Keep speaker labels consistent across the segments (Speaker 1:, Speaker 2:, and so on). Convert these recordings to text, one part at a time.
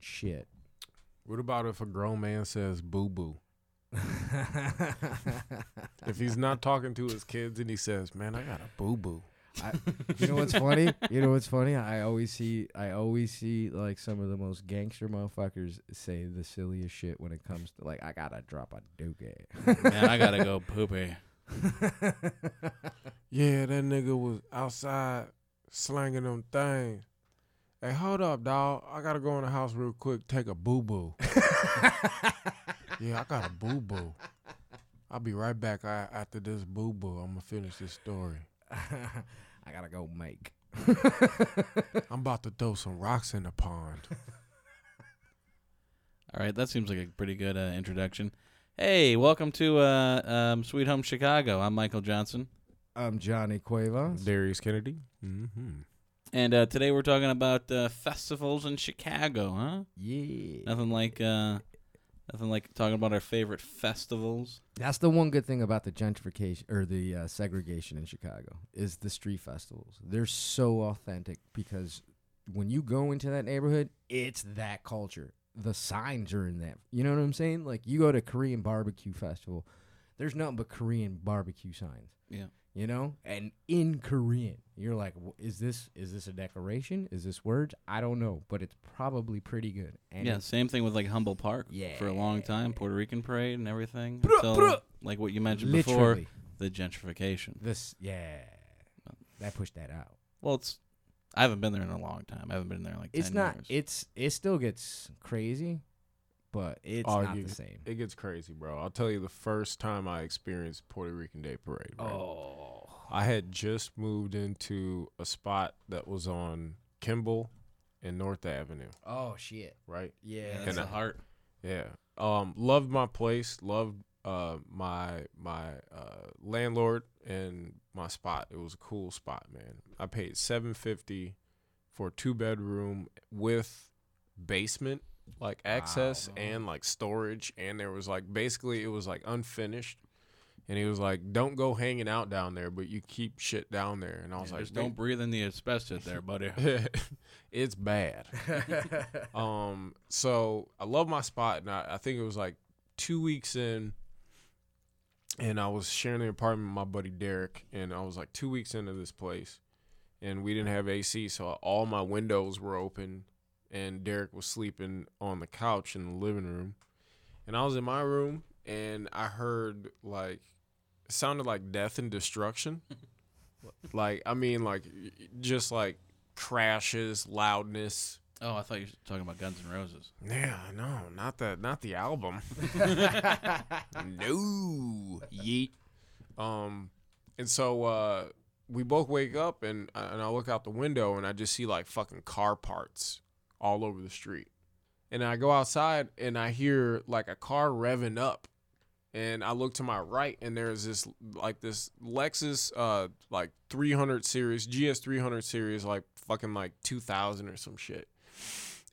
Speaker 1: shit.
Speaker 2: What about if a grown man says boo boo? if he's not talking to his kids and he says, "Man, I got a boo boo,"
Speaker 1: You know what's funny? You know what's funny? I always see I always see like some of the most gangster motherfuckers say the silliest shit when it comes to like I gotta drop a duke.
Speaker 3: Man, I gotta go poopy.
Speaker 2: yeah, that nigga was outside slanging them things. Hey, hold up, dog. I gotta go in the house real quick. Take a boo boo. yeah, I got a boo boo. I'll be right back I, after this boo boo. I'm gonna finish this story.
Speaker 1: I gotta go make.
Speaker 2: I'm about to throw some rocks in the pond.
Speaker 3: All right, that seems like a pretty good uh, introduction. Hey, welcome to uh, um, Sweet Home Chicago. I'm Michael Johnson,
Speaker 1: I'm Um, Johnny Cuevas.
Speaker 2: Darius Kennedy. Mm-hmm.
Speaker 3: and uh, today we're talking about uh, festivals in Chicago, huh?
Speaker 1: Yeah.
Speaker 3: Nothing like uh, nothing like talking about our favorite festivals.
Speaker 1: That's the one good thing about the gentrification or the uh, segregation in Chicago is the street festivals. They're so authentic because when you go into that neighborhood, it's that culture. The signs are in that. You know what I'm saying? Like you go to Korean barbecue festival, there's nothing but Korean barbecue signs.
Speaker 3: Yeah.
Speaker 1: You know, and in Korean, you're like, "W- is this is this a declaration? Is this words? I don't know, but it's probably pretty good. And
Speaker 3: yeah, same thing with like Humble Park
Speaker 1: Yeah.
Speaker 3: for a long time, Puerto Rican Parade and everything.
Speaker 1: Bruh,
Speaker 3: until,
Speaker 1: bruh.
Speaker 3: like what you mentioned
Speaker 1: literally,
Speaker 3: before, the gentrification.
Speaker 1: this yeah, that pushed that out.
Speaker 3: Well, it's I haven't been there in a long time. I haven't been there in like
Speaker 1: it's
Speaker 3: 10
Speaker 1: not
Speaker 3: years.
Speaker 1: it's it still gets crazy but it's
Speaker 2: Oh,
Speaker 1: not
Speaker 2: you-
Speaker 1: the same
Speaker 2: It gets crazy, bro. I'll tell you the first time I experienced Puerto Rican Day Parade. Right?
Speaker 1: oh
Speaker 2: I had just moved into a spot that was on Kimball and North Avenue,
Speaker 1: oh shit
Speaker 2: right?
Speaker 3: Yeah,
Speaker 1: yeah
Speaker 3: that's
Speaker 2: And
Speaker 3: the
Speaker 2: I-
Speaker 3: heart.
Speaker 2: Yeah. Um, loved my place, loved uh my my uh landlord and my spot. It was a cool spot, man. I paid seven fifty for a two bedroom with basement like access
Speaker 1: Wow.
Speaker 2: and like storage and there was like basically it was like unfinished. And he was like, "Don't go hanging out down there, but you keep shit down there." And I was
Speaker 3: Yeah,
Speaker 2: like,
Speaker 3: just don't breathe in the asbestos there, buddy.
Speaker 2: it's bad. um, so I love my spot, and I, I think it was like two weeks in, and I was sharing an apartment with my buddy Derek, and I was like two weeks into this place, and we didn't have AC, so all my windows were open, and Derek was sleeping on the couch in the living room, and I was in my room, and I heard like, it sounded like death and destruction. Like I mean, like y- y- just like crashes, loudness.
Speaker 3: oh, I thought you were talking about Guns N' Roses.
Speaker 2: Yeah, no, not the not the album. no, yeet. Um, and so uh, we both wake up, and uh, and I look out the window, and I just see like fucking car parts all over the street. And I go outside, and I hear like a car revving up, and I look to my right, and there's this like this Lexus, uh, like 300 series, GS 300 series, like fucking like 2000 or some shit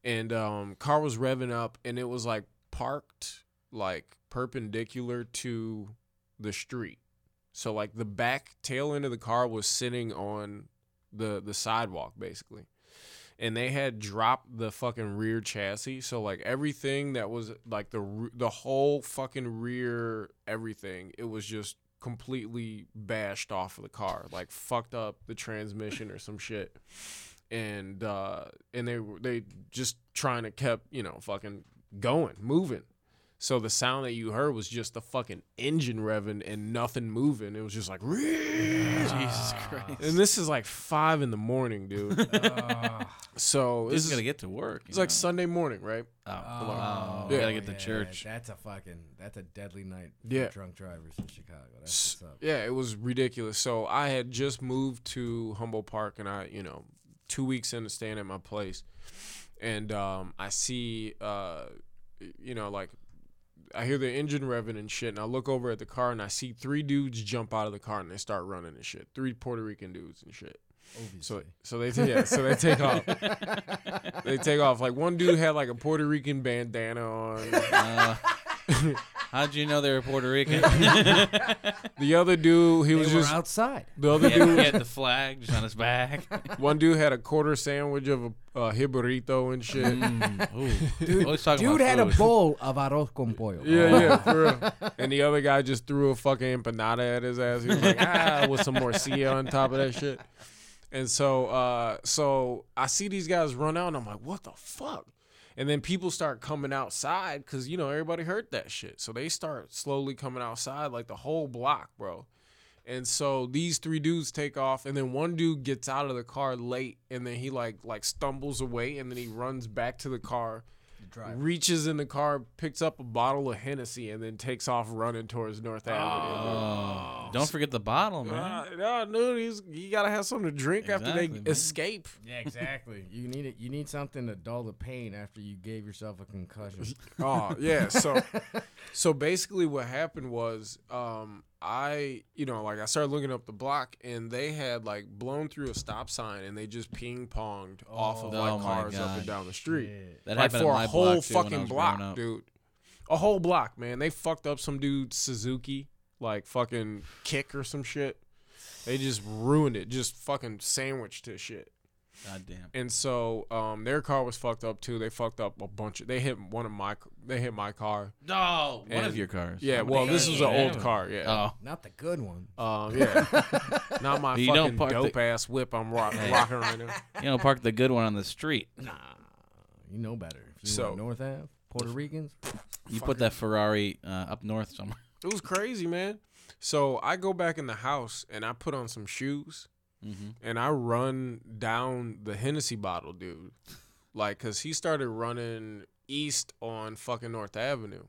Speaker 2: and um, car was revving up, and it was like parked like perpendicular to the street. So like the back tail end of the car was sitting on the the sidewalk basically, and they had dropped the fucking rear chassis. So like everything that was like the re- the whole fucking rear everything, it was just completely bashed off of the car, like fucked up the transmission or some shit and uh, and they were they just trying to kept you know fucking going moving. So the sound that you heard was just the fucking engine revving and nothing moving. It was just like,
Speaker 3: Jesus
Speaker 2: and
Speaker 3: Christ.
Speaker 2: this is like five in the morning, dude.
Speaker 1: uh,
Speaker 2: So
Speaker 3: This
Speaker 2: this
Speaker 3: is
Speaker 2: is
Speaker 3: gonna get to work.
Speaker 2: it's like Sunday morning, right?
Speaker 3: oh,
Speaker 2: wow.
Speaker 3: we
Speaker 2: Yeah.
Speaker 3: gotta get to church.
Speaker 1: that's a fucking that's a deadly night
Speaker 2: for Yeah.
Speaker 1: drunk drivers in chicago
Speaker 2: S- Yeah, it was ridiculous. So I had just moved to Humboldt Park, and I, you know, two weeks into staying at my place, and um, I see, uh, you know, like I hear the engine revving and shit, and I look over at the car, and I see three dudes jump out of the car, and they start running and shit. Three Puerto Rican dudes and shit. So,
Speaker 1: obviously
Speaker 2: so they yeah, so they take off. they take off. Like one dude had like a Puerto Rican bandana on.
Speaker 3: Uh, How'd you know they were Puerto Rican?
Speaker 2: The other dude, he
Speaker 1: They
Speaker 2: was
Speaker 1: were
Speaker 2: just
Speaker 1: outside.
Speaker 2: the other
Speaker 3: he, had,
Speaker 2: dude.
Speaker 3: he had the flag just on his back.
Speaker 2: One dude had a quarter sandwich of a uh, hibarito and shit.
Speaker 3: Mm, ooh.
Speaker 1: Dude,
Speaker 3: Always talking
Speaker 1: Dude
Speaker 3: about
Speaker 1: had a
Speaker 3: food.
Speaker 1: bowl of arroz con pollo.
Speaker 2: Yeah, yeah, for real. Oh. And the other guy just threw a fucking empanada at his ass. He was like, ah, with some morcilla on top of that shit. And so, uh, so I see these guys run out, and I'm like, what the fuck? And then people start coming outside because you know everybody heard that shit, so they start slowly coming outside, like the whole block, bro. And so these three dudes take off, and then one dude gets out of the car late, and then he like like stumbles away, and then he runs back to the car reaches in the car, picks up a bottle of Hennessy, and then takes off running towards North Avenue.
Speaker 3: Oh, don't forget the bottle, man.
Speaker 2: Uh, no, dude, he's, you gotta have something to drink after they
Speaker 3: Exactly, man.
Speaker 2: escape.
Speaker 1: Yeah, exactly. you need it. You need something to dull the pain after you gave yourself a concussion.
Speaker 2: Oh yeah, so so basically what happened was um, I you know like I started looking up the block and they had like blown through a stop sign and they just ping ponged off of
Speaker 3: Oh
Speaker 2: like
Speaker 3: my
Speaker 2: cars up
Speaker 3: gosh.
Speaker 2: and down the street.
Speaker 3: That
Speaker 2: like
Speaker 3: happened
Speaker 2: for
Speaker 3: at my
Speaker 2: a whole
Speaker 3: block, too, when I
Speaker 2: fucking
Speaker 3: was growing
Speaker 2: block,
Speaker 3: up.
Speaker 2: dude. A whole block, man. They fucked up some dude Suzuki, like fucking kick or some shit. They just ruined it, just fucking sandwiched his shit.
Speaker 3: God damn.
Speaker 2: And so um, their car was fucked up too. They fucked up a bunch of. They hit one of my. They hit my car.
Speaker 3: No, one of
Speaker 2: And-
Speaker 3: your cars.
Speaker 2: Yeah. Well, this was an old car. Yeah.
Speaker 3: Oh,
Speaker 1: Not the good one.
Speaker 2: Um, yeah. Not my
Speaker 3: You
Speaker 2: fucking
Speaker 3: don't park the-
Speaker 2: dope ass whip I'm rock- rocking right now.
Speaker 3: you know, park the good one on the street.
Speaker 1: You know better. If you
Speaker 2: So-
Speaker 1: want North Ave, Puerto Ricans.
Speaker 3: You put that Ferrari uh, up north somewhere.
Speaker 2: It was crazy, man. So I go back in the house and I put on some shoes.
Speaker 3: Mm-hmm.
Speaker 2: and I run down the Hennessy bottle, dude. Like, cause he started running east on fucking North Avenue.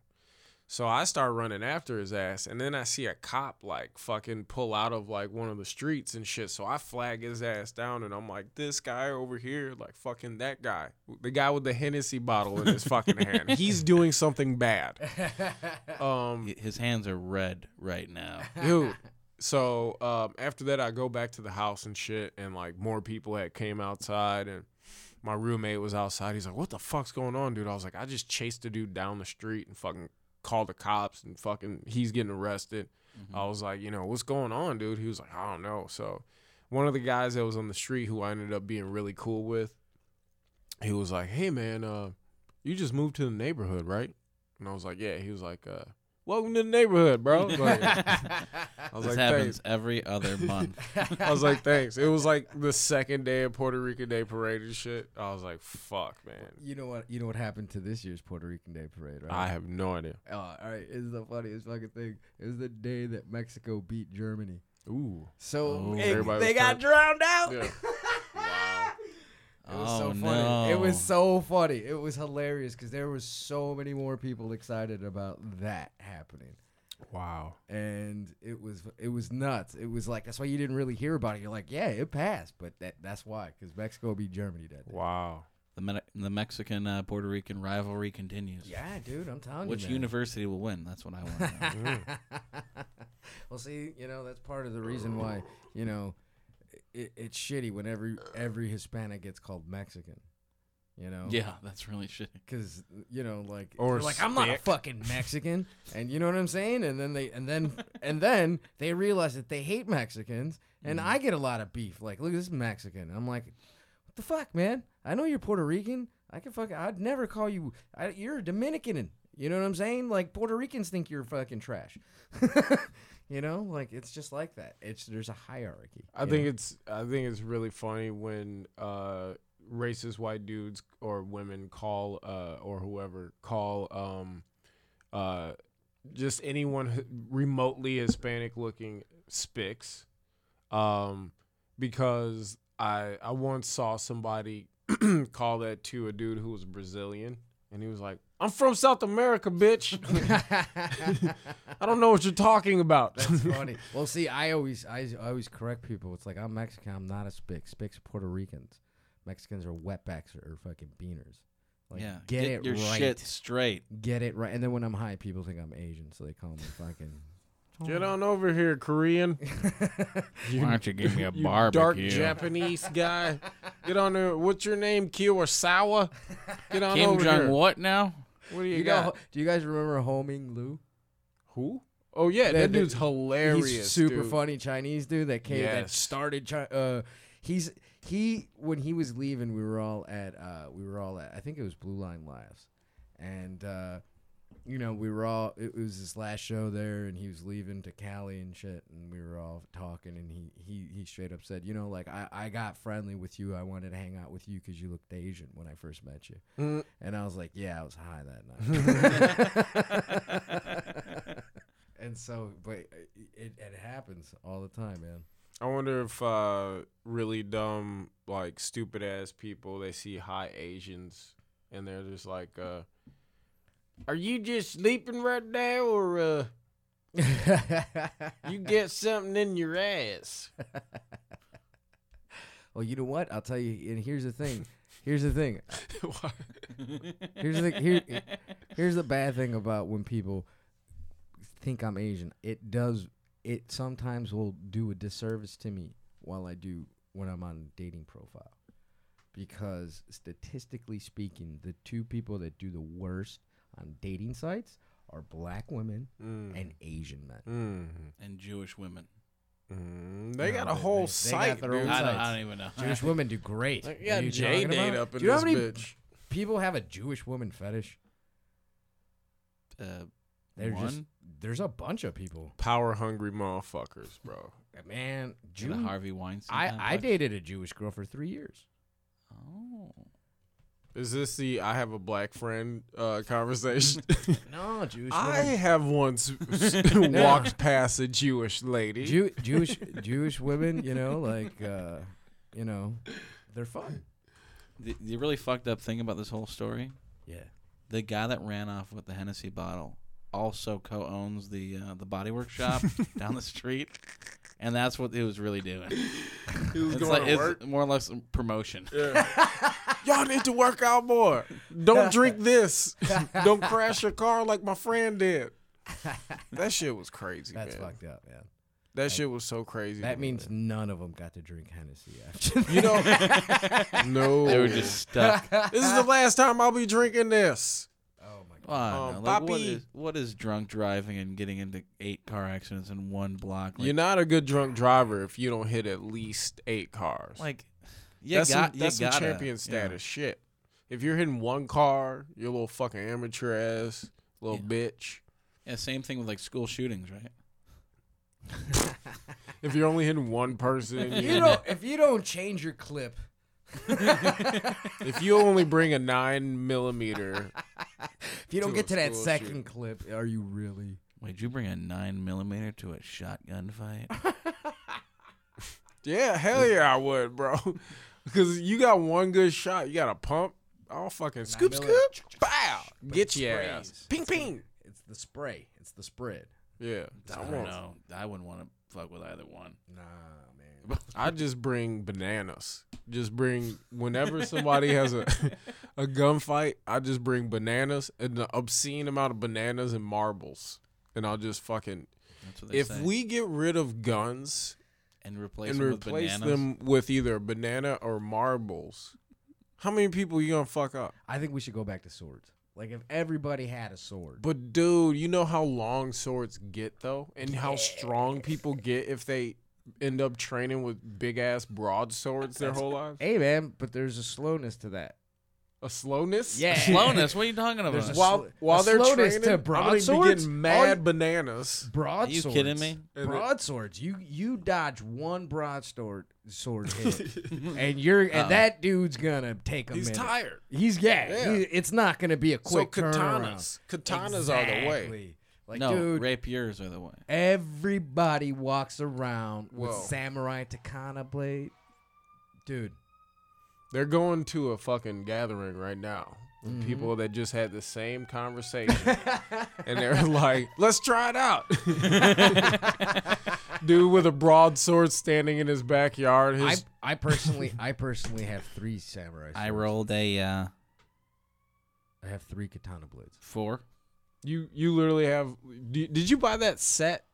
Speaker 2: So I start running after his ass, and then I see a cop like fucking pull out of like one of the streets and shit. So I flag his ass down, and I'm like, this guy over here, like fucking that guy, the guy with the Hennessy bottle in his fucking hand, he's doing something bad. Um,
Speaker 3: His hands are red right now.
Speaker 2: dude. So um, after that, I go back to the house and shit, and like more people had came outside, and my roommate was outside. He's like, "What the fuck's going on, dude?" I was like, "I just chased the dude down the street and fucking called the cops, and fucking he's getting arrested." I was like, "You know what's going on, dude?" He was like, "I don't know." So one of the guys that was on the street who I ended up being really cool with, he was like, "Hey man, uh, you just moved to the neighborhood, right?" And I was like, "Yeah." He was like, uh, "Welcome to the neighborhood, bro." Like, I was
Speaker 3: this
Speaker 2: like,
Speaker 3: happens
Speaker 2: thanks.
Speaker 3: every other month.
Speaker 2: I was like, thanks. It was like the second day of Puerto Rican Day Parade and shit. I was like, fuck, man.
Speaker 1: you know what? You know what happened to this year's Puerto Rican Day Parade, right?
Speaker 2: I have no idea.
Speaker 1: Oh, all right, it's the funniest fucking thing. It was the day that Mexico beat Germany.
Speaker 2: Ooh.
Speaker 1: So
Speaker 3: Oh.
Speaker 1: it-
Speaker 2: Everybody
Speaker 1: they
Speaker 2: was
Speaker 1: got
Speaker 2: turned-
Speaker 1: drowned out.
Speaker 2: Yeah.
Speaker 1: It was
Speaker 3: oh
Speaker 1: so
Speaker 3: no!
Speaker 1: funny. It was so funny. It was hilarious because there was so many more people excited about that happening.
Speaker 2: Wow.
Speaker 1: And it was it was nuts. It was like that's why you didn't really hear about it. You're like, yeah, it passed, but that that's why because Mexico beat Germany that day.
Speaker 2: Wow.
Speaker 3: the, Me- the Mexican uh, Puerto Rican rivalry continues.
Speaker 1: Yeah, dude, I'm telling
Speaker 3: Which
Speaker 1: you. man.
Speaker 3: university will win? That's what I want. to know.
Speaker 1: well, see, you know that's part of the reason why you know it, it's shitty when every every Hispanic gets called Mexican. You know,
Speaker 3: yeah, that's really shitty.
Speaker 1: because you know, like,
Speaker 2: Or
Speaker 1: they're like I'm not a
Speaker 2: stick.
Speaker 1: fucking Mexican, and you know what I'm saying. And then they and then and then they realize that they hate Mexicans, and
Speaker 2: Mm.
Speaker 1: I get a lot of beef. Like, look, this Mexican. And I'm like, what the fuck, man? I know you're Puerto Rican. I can fucking. I'd never call you. I, you're a Dominican. You know what I'm saying? Like Puerto Ricans think you're fucking trash. you know, like it's just like that. It's there's a hierarchy.
Speaker 2: I think it's I think it's really funny when uh racist white dudes or women call uh or whoever call um uh just anyone h- remotely Hispanic looking spics um because I I once saw somebody call that to a dude who was Brazilian and he was like I'm from South America bitch I don't know what you're talking about
Speaker 1: That's funny. Well, see, I always, I s- I always correct people. It's like I'm Mexican. I'm not a spick. Spicks are Puerto Ricans. Mexicans are wetbacks or, or fucking beaners. Like,
Speaker 3: yeah,
Speaker 1: get,
Speaker 3: get,
Speaker 1: it
Speaker 3: your
Speaker 1: right.
Speaker 3: shit straight.
Speaker 1: Get it right. And then when I'm high, people think I'm Asian, so they call me fucking.
Speaker 2: Get on over here, Korean.
Speaker 3: Why don't you give me a
Speaker 2: You
Speaker 3: barbecue?
Speaker 2: dark Japanese guy. Get on there. What's your name? Kurosawa. Get on
Speaker 3: Kim
Speaker 2: over
Speaker 3: Jong
Speaker 2: here.
Speaker 3: what now?
Speaker 2: What do you,
Speaker 1: You know,
Speaker 2: got?
Speaker 1: do you guys remember Homing Lou?
Speaker 2: Who? Oh yeah, that,
Speaker 1: That dude-
Speaker 2: dude's hilarious.
Speaker 1: He's super
Speaker 2: dude.
Speaker 1: funny Chinese dude that came that
Speaker 2: Yes.
Speaker 1: started. Chi- uh, he's he when he was leaving, we were all at uh, we were all at I think it was Blue Line Lives, and uh, you know we were all it was his last show there, and he was leaving to Cali and shit, and we were all talking, and he he he straight up said, you know, like I I got friendly with you, I wanted to hang out with you because you looked Asian when I first met you,
Speaker 2: Mm.
Speaker 1: and I was like, yeah, I was high that night. And so, but it, it, it happens all the time, man.
Speaker 2: I wonder if uh, really dumb, like stupid ass people, they see high Asians and they're just like, uh, "Are you just sleeping right now, or uh, you get something in your ass?"
Speaker 1: well, you know what? I'll tell you. And here's the thing. Here's the thing. Here's the here, here's the bad thing about when people think I'm Asian. It does. It sometimes will do a disservice to me while I do when I'm on dating profile, because statistically speaking, the two people that do the worst on dating sites are black women
Speaker 2: Mm.
Speaker 1: and Asian men.
Speaker 2: Mm.
Speaker 3: and Jewish women.
Speaker 2: Mm. They
Speaker 1: No,
Speaker 2: got a
Speaker 1: they-
Speaker 2: whole
Speaker 1: they- they
Speaker 2: site,
Speaker 1: got their own
Speaker 2: dude.
Speaker 3: I don't,
Speaker 1: sites.
Speaker 3: I don't even know.
Speaker 1: Jewish women do great.
Speaker 2: They
Speaker 1: What
Speaker 2: got
Speaker 1: are you
Speaker 2: J
Speaker 1: talking
Speaker 2: date
Speaker 1: about?
Speaker 2: up in
Speaker 1: Do you know
Speaker 2: this
Speaker 1: how many
Speaker 2: bitch.
Speaker 1: People have a Jewish woman fetish.
Speaker 3: Uh,
Speaker 1: There's just
Speaker 3: One?
Speaker 1: there's a bunch of people.
Speaker 2: Power hungry motherfuckers, bro.
Speaker 1: Uh, Man,
Speaker 3: Jew-
Speaker 1: Jew.
Speaker 3: Harvey Weinstein.
Speaker 1: I I
Speaker 3: complex?
Speaker 1: dated a Jewish girl for three years.
Speaker 3: Oh.
Speaker 2: Is this the I have a black friend uh, conversation?
Speaker 1: No Jewish
Speaker 2: I
Speaker 1: woman.
Speaker 2: have once walked past a Jewish lady.
Speaker 1: Jew, Jewish Jewish women, you know, like uh, you know, they're fun.
Speaker 3: The, the really fucked up thing about this whole story
Speaker 1: Yeah.
Speaker 3: the guy that ran off with the Hennessy bottle also co-owns the uh, the body workshop down the street, and that's what it was really doing.
Speaker 2: he was
Speaker 3: It's,
Speaker 2: going
Speaker 3: like,
Speaker 2: to work.
Speaker 3: it's more or less a promotion.
Speaker 2: Y'all need to work out more. Don't drink this. Don't crash your car like my friend did. That shit was crazy,
Speaker 1: That's
Speaker 2: man.
Speaker 1: fucked up, man.
Speaker 2: That shit was so crazy. to
Speaker 1: That
Speaker 2: me,
Speaker 1: means
Speaker 2: man.
Speaker 1: none of them got to drink Hennessy after.
Speaker 2: you know. no,
Speaker 3: They were just stuck.
Speaker 2: this is the last time I'll be drinking this.
Speaker 1: oh my
Speaker 3: Well,
Speaker 1: god.
Speaker 3: I don't
Speaker 2: Um,
Speaker 3: know, like, what
Speaker 2: Papi.
Speaker 3: is what is drunk driving and getting into eight car accidents in one block? Like,
Speaker 2: You're not a good drunk driver if you don't hit at least eight cars.
Speaker 3: like you
Speaker 2: that's
Speaker 3: got
Speaker 2: some, that's
Speaker 3: you
Speaker 2: some
Speaker 3: gotta-
Speaker 2: champion
Speaker 3: yeah.
Speaker 2: status shit. If you're hitting one car, you're a little fucking amateur ass, little bitch.
Speaker 3: Yeah, same thing with like school shootings, right?
Speaker 2: If you're only hitting one person,
Speaker 1: You
Speaker 2: you
Speaker 1: don't if you don't change your clip.
Speaker 2: if you only bring a nine millimeter,
Speaker 1: If you don't
Speaker 2: To
Speaker 1: get
Speaker 2: a
Speaker 1: to that
Speaker 2: school
Speaker 1: second
Speaker 2: shooting.
Speaker 1: clip, are you really?
Speaker 3: Wait, did you bring a nine millimeter to a shotgun fight?
Speaker 2: yeah, hell yeah, I would, bro. Because you got one good shot, you got a pump. I'll fucking scoop,
Speaker 1: milli-
Speaker 2: scoop, bow, get
Speaker 1: it
Speaker 2: your
Speaker 1: sprays.
Speaker 2: ass, ping, ping.
Speaker 1: It's the spray. It's the spread.
Speaker 2: Yeah, I,
Speaker 3: I don't
Speaker 2: want-
Speaker 3: know. I wouldn't want to fuck with either one.
Speaker 1: Nah, man.
Speaker 2: I just bring bananas. Just bring whenever somebody has a a gunfight, I just bring bananas and an obscene amount of bananas and marbles, and I'll just fucking.
Speaker 3: That's what they
Speaker 2: If
Speaker 3: say.
Speaker 2: we get rid of guns
Speaker 3: and replace
Speaker 2: and
Speaker 3: them
Speaker 2: replace
Speaker 3: with bananas.
Speaker 2: them with either a banana or marbles, how many people you gonna fuck up?
Speaker 1: I think we should go back to swords. Like if everybody had a sword.
Speaker 2: But dude, you know how long swords get though, and how strong people get if they end up training with big ass broadswords their whole lives.
Speaker 1: Hey man, but there's a slowness to that.
Speaker 2: A slowness.
Speaker 1: Yeah.
Speaker 3: Slowness? What are you talking about?
Speaker 1: a
Speaker 2: While
Speaker 1: sl-
Speaker 2: while
Speaker 1: a
Speaker 2: they're
Speaker 1: slowness
Speaker 2: training,
Speaker 1: to
Speaker 2: I'm gonna be
Speaker 1: broadswords?
Speaker 2: getting
Speaker 1: All
Speaker 2: mad
Speaker 1: you-
Speaker 2: bananas.
Speaker 3: Are
Speaker 1: Broadswords.
Speaker 3: you kidding me?
Speaker 2: And it-
Speaker 1: Broadswords. You you dodge one broadsword sword hit, and you're
Speaker 3: Uh,
Speaker 1: and that dude's gonna take a
Speaker 2: He's
Speaker 1: minute.
Speaker 2: tired.
Speaker 1: He's yeah.
Speaker 2: Yeah.
Speaker 1: he- it's not gonna be a quick
Speaker 2: so
Speaker 1: turnaround.
Speaker 2: katanas, katanas are the way.
Speaker 1: Exactly. Like
Speaker 3: no,
Speaker 1: dude,
Speaker 3: rapiers are the way.
Speaker 1: Everybody walks around with
Speaker 2: Whoa.
Speaker 1: samurai katana blade. Dude,
Speaker 2: They're going to a fucking gathering right now.
Speaker 1: Mm-hmm.
Speaker 2: with People that just had the same conversation, and they're like, "Let's try it out." Dude with a broadsword standing in his backyard.
Speaker 1: I,
Speaker 2: His
Speaker 1: I personally I personally have three samurai.
Speaker 3: I
Speaker 1: swords.
Speaker 3: rolled a uh,
Speaker 1: I have three katana blades.
Speaker 3: four.
Speaker 2: you you literally have. do- Did you buy that set?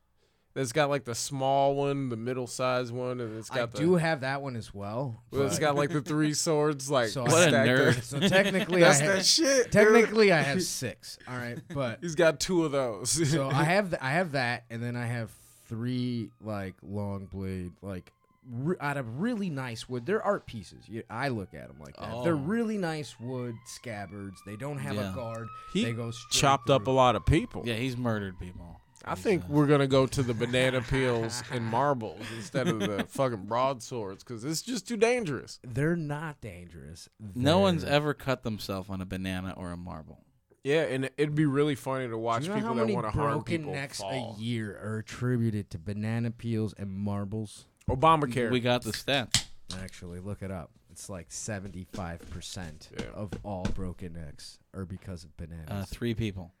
Speaker 2: It's got like the small one, the middle sized one, and it's
Speaker 1: I
Speaker 2: got the.
Speaker 1: do have that one as well.
Speaker 2: well, it's
Speaker 1: but-
Speaker 2: got like the three swords, like
Speaker 1: So
Speaker 3: What a
Speaker 2: stacked up.
Speaker 3: nerd.
Speaker 1: so technically I
Speaker 2: That's
Speaker 1: have,
Speaker 2: that shit. dude.
Speaker 1: technically I have six. All right, but
Speaker 2: he's got two of those.
Speaker 1: so I have th- I have that, and then I have three like long blade like re- out of really nice wood. They're art pieces. You, I look at them like that. They're
Speaker 3: Oh.
Speaker 1: really nice wood scabbards. They don't have
Speaker 3: Yeah.
Speaker 1: a guard.
Speaker 2: He
Speaker 1: they go straight
Speaker 2: chopped up a
Speaker 1: through.
Speaker 2: lot of people.
Speaker 3: Yeah, he's murdered people.
Speaker 2: I
Speaker 3: He's,
Speaker 2: think
Speaker 3: uh,
Speaker 2: we're gonna go to the banana peels and marbles instead of the fucking broadswords because it's just too dangerous.
Speaker 1: They're not dangerous.
Speaker 3: no one's
Speaker 1: They're-
Speaker 3: ever cut themselves on a banana or a marble.
Speaker 2: Yeah, and it'd be really funny to watch
Speaker 1: Do you know
Speaker 2: people
Speaker 1: how
Speaker 2: that
Speaker 1: many
Speaker 2: want to harm
Speaker 1: broken
Speaker 2: people
Speaker 1: necks
Speaker 2: fall.
Speaker 1: a year are attributed to banana peels and marbles?
Speaker 2: Obamacare.
Speaker 3: We got the stats.
Speaker 1: Actually, look it up. It's like seventy-five percent
Speaker 2: Yeah.
Speaker 1: of all broken necks are because of bananas.
Speaker 3: Uh, three people.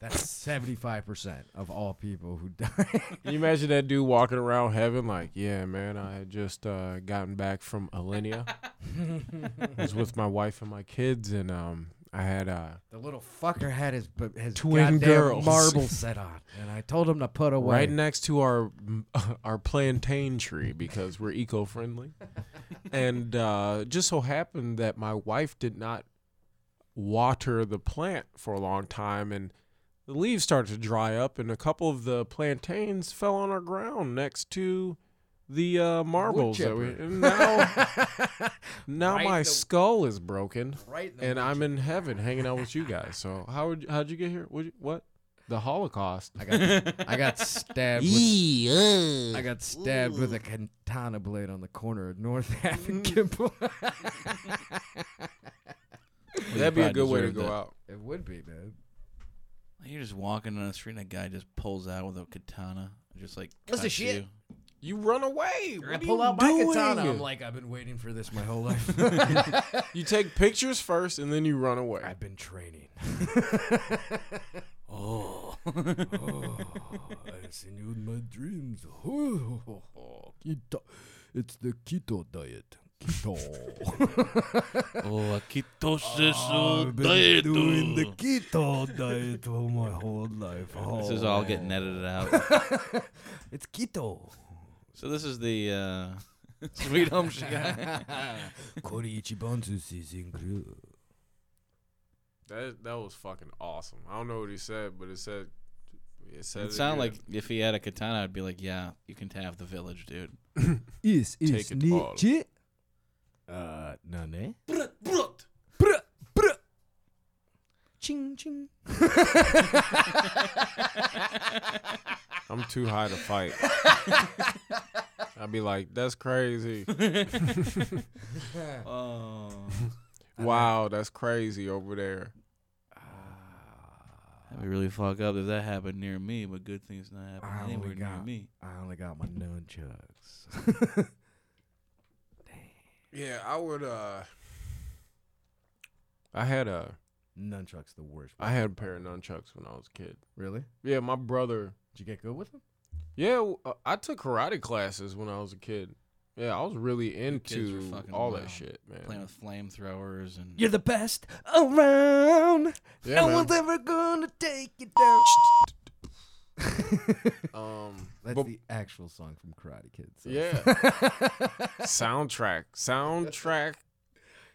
Speaker 1: That's seventy-five percent of all people who die.
Speaker 2: Can you imagine that dude walking around heaven like, yeah, man, I had just uh, gotten back from Alenia. I was with my wife and my kids, and um, I had uh,
Speaker 1: the little fucker had his bu- his
Speaker 2: Twin
Speaker 1: goddamn
Speaker 2: girls.
Speaker 1: marble set on, and I told him to put away.
Speaker 2: right next to our our plantain tree because we're eco friendly, and uh, just so happened that my wife did not water the plant for a long time, and the leaves started to dry up, and a couple of the plantains fell on our ground next to the uh, marbles that we
Speaker 1: chipper.
Speaker 2: and now. Now
Speaker 1: Right
Speaker 2: my
Speaker 1: in the-
Speaker 2: skull is broken,
Speaker 1: right. in the
Speaker 2: and
Speaker 1: wood
Speaker 2: I'm in heaven hanging out with you guys. So how would how'd you get here? What? what? The Holocaust.
Speaker 1: I got I got stabbed. With, I got stabbed with a katana blade on the corner of North Ave and Kimball.
Speaker 2: That'd be a good way to
Speaker 3: deserved
Speaker 2: go
Speaker 3: it.
Speaker 2: out.
Speaker 1: it would be, man.
Speaker 3: You're just walking down the street, and a guy just pulls out with a katana, and just like
Speaker 1: What's the
Speaker 3: cuts
Speaker 1: shit?
Speaker 3: you.
Speaker 2: You run
Speaker 1: I
Speaker 2: away. What are
Speaker 1: pull
Speaker 2: you
Speaker 1: out
Speaker 2: doing?
Speaker 1: my katana. I'm like, I've been waiting for this my whole life.
Speaker 2: you take pictures first, and then you run away.
Speaker 1: I've been training.
Speaker 3: Oh,
Speaker 1: oh, I've seen you in my dreams. Keto. It's the keto diet. Keto.
Speaker 3: oh, ketosis, oh,
Speaker 1: I've been doing the keto diet all my whole life.
Speaker 3: This is all getting
Speaker 1: Oh.
Speaker 3: edited out.
Speaker 1: It's keto.
Speaker 3: so this is the uh, Sweet Home Chicago.
Speaker 1: Kori Ichibanzu season grew.
Speaker 2: That that was fucking awesome. I don't know what he said, but it said it said
Speaker 3: It sounded like
Speaker 2: good.
Speaker 3: if he had a katana, I'd be like, "Yeah, you can have the village, dude."
Speaker 1: Is
Speaker 2: Take it all.
Speaker 1: nichi. Uh, nane? Ching ching.
Speaker 2: I'm too high to fight. I'd be like, that's crazy.
Speaker 1: Ah,
Speaker 3: Oh,
Speaker 2: Wow, that's crazy over there.
Speaker 3: that'd be really fuck up if that happened near me. But good thing it's not happening
Speaker 1: Oh, we
Speaker 3: anywhere near
Speaker 1: got-
Speaker 3: me.
Speaker 1: I only got my nunchucks.
Speaker 2: Yeah, I would. uh I had a
Speaker 1: nunchucks the worst.
Speaker 2: I had a pair of nunchucks when I was a kid.
Speaker 1: really?
Speaker 2: Yeah, my brother
Speaker 1: Did you get good with them?
Speaker 2: Yeah, w- uh, I took karate classes when I was a kid. Yeah, I was really
Speaker 3: kids were
Speaker 2: into
Speaker 3: fucking
Speaker 2: all
Speaker 3: wild.
Speaker 2: that shit,
Speaker 3: Playing
Speaker 2: man.
Speaker 3: with flamethrowers and
Speaker 1: the best around.
Speaker 2: Yeah, man.
Speaker 1: ever gonna take you down.
Speaker 2: Um,
Speaker 1: That's
Speaker 2: but-
Speaker 1: the actual song from Karate Kid. so-
Speaker 2: yeah, soundtrack, soundtrack,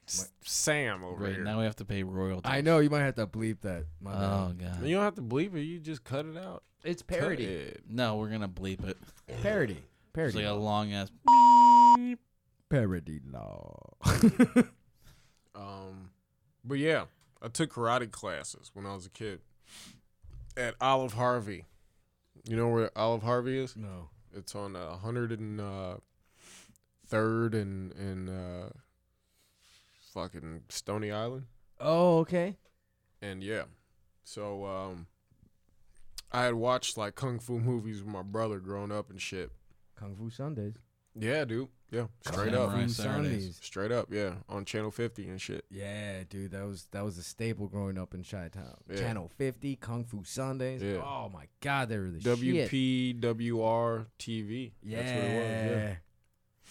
Speaker 2: s- Sam over
Speaker 3: Right
Speaker 2: here.
Speaker 3: now we have to pay royalties.
Speaker 1: I know you might have to bleep that. My
Speaker 3: Oh
Speaker 1: bad.
Speaker 3: god.
Speaker 2: You don't have to believe it. You just cut it out.
Speaker 1: it's
Speaker 2: Cut
Speaker 1: parody.
Speaker 2: it.
Speaker 3: No, we're gonna bleep it.
Speaker 1: Parody.
Speaker 3: It's
Speaker 1: Parody.
Speaker 3: like a long ass.
Speaker 1: parody law.
Speaker 2: Um, but yeah, I took karate classes when I was a kid at Olive Harvey. You know where Olive Harvey is?
Speaker 1: no.
Speaker 2: It's on a hundred and uh, third and and uh, fucking Stony Island.
Speaker 1: Oh, okay.
Speaker 2: And yeah, so um, I had watched like kung fu movies with my brother growing up and shit.
Speaker 1: Kung Fu Sundays.
Speaker 2: Yeah, dude. Yeah, straight
Speaker 3: Samurai
Speaker 2: up,
Speaker 1: Kung Fu
Speaker 3: Saturdays.
Speaker 1: Sundays.
Speaker 2: straight up. Yeah, on Channel 50 and shit.
Speaker 1: Yeah, dude, that was that was a staple growing up in Chi Town.
Speaker 2: Yeah.
Speaker 1: Channel 50, Kung Fu Sundays.
Speaker 2: Yeah.
Speaker 1: Oh my God, they were the shit.
Speaker 2: WPWR TV.
Speaker 1: Yeah.
Speaker 2: That's what it was. Yeah.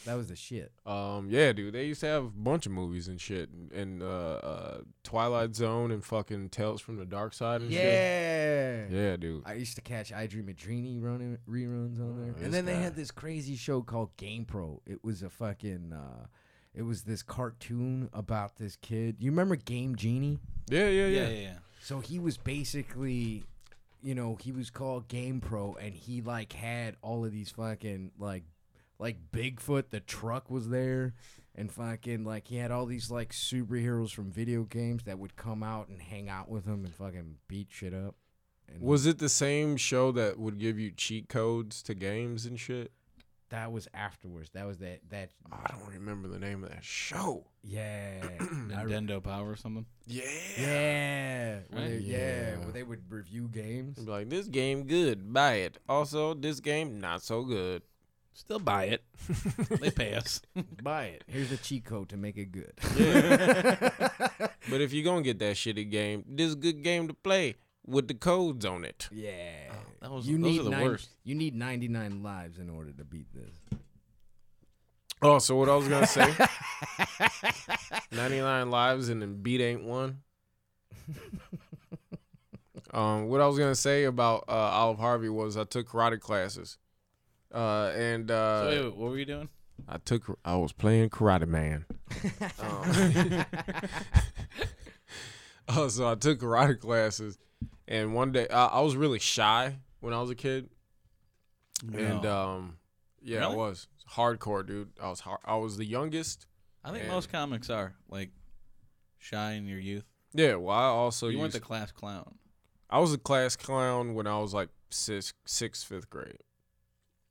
Speaker 1: That was the shit.
Speaker 2: Um, yeah, dude, they used to have a bunch of movies and shit, and, and uh, uh, Twilight Zone and fucking Tales from the Dark Side and shit.
Speaker 1: Yeah.
Speaker 2: Yeah, dude.
Speaker 1: I used to catch I Dream of Dreamy running reruns on there.
Speaker 2: Oh, this
Speaker 1: and then they
Speaker 2: guy.
Speaker 1: had this crazy show called Game Pro. It was a fucking uh it was this cartoon about this kid. You remember Game Genie?
Speaker 2: Yeah, yeah, yeah.
Speaker 3: yeah, yeah.
Speaker 1: So he was basically, you know, he was called Game Pro, and he like had all of these fucking like, like Bigfoot the truck was there, and fucking like he had all these like superheroes from video games that would come out and hang out with him and fucking beat shit up. And
Speaker 2: Was it the same show that would give you cheat codes to games and shit?
Speaker 1: that was afterwards? That was that that
Speaker 2: I don't remember the name of that show.
Speaker 1: yeah. I re-
Speaker 3: Nintendo Power or something.
Speaker 2: Yeah.
Speaker 1: yeah, where they,
Speaker 3: Right?
Speaker 1: yeah,
Speaker 2: Yeah.
Speaker 1: where they would review games.
Speaker 2: Be like this game good, buy it. Also, this game not so good.
Speaker 3: Still buy it. they pay us.
Speaker 1: Buy it. Here's a cheat code to make it good.
Speaker 2: But if you're gonna get that shitty game, this good game to play with the codes on it.
Speaker 1: Yeah.
Speaker 3: Oh, that was- those are the
Speaker 1: nine-
Speaker 3: worst.
Speaker 1: You need 99 lives in order to beat this.
Speaker 2: Oh, so what I was gonna say? 99 lives and then beat ain't one. um, what I was gonna say about uh, Olive Harvey was I took karate classes, uh, and uh,
Speaker 3: so wait, wait, what were you doing?
Speaker 2: I took I was playing Karate Man. um, oh, so I took karate classes, and one day I, I was really shy when I was a kid, and
Speaker 3: No.
Speaker 2: um, yeah, I
Speaker 3: Really?
Speaker 2: was hardcore, dude. I was hard, I was the youngest.
Speaker 3: I think
Speaker 2: and-
Speaker 3: most comics are like shy in your youth.
Speaker 2: Yeah, well, I also
Speaker 3: you
Speaker 2: used,
Speaker 3: weren't the class clown.
Speaker 2: I was a class clown when I was like sixth, sixth, fifth grade.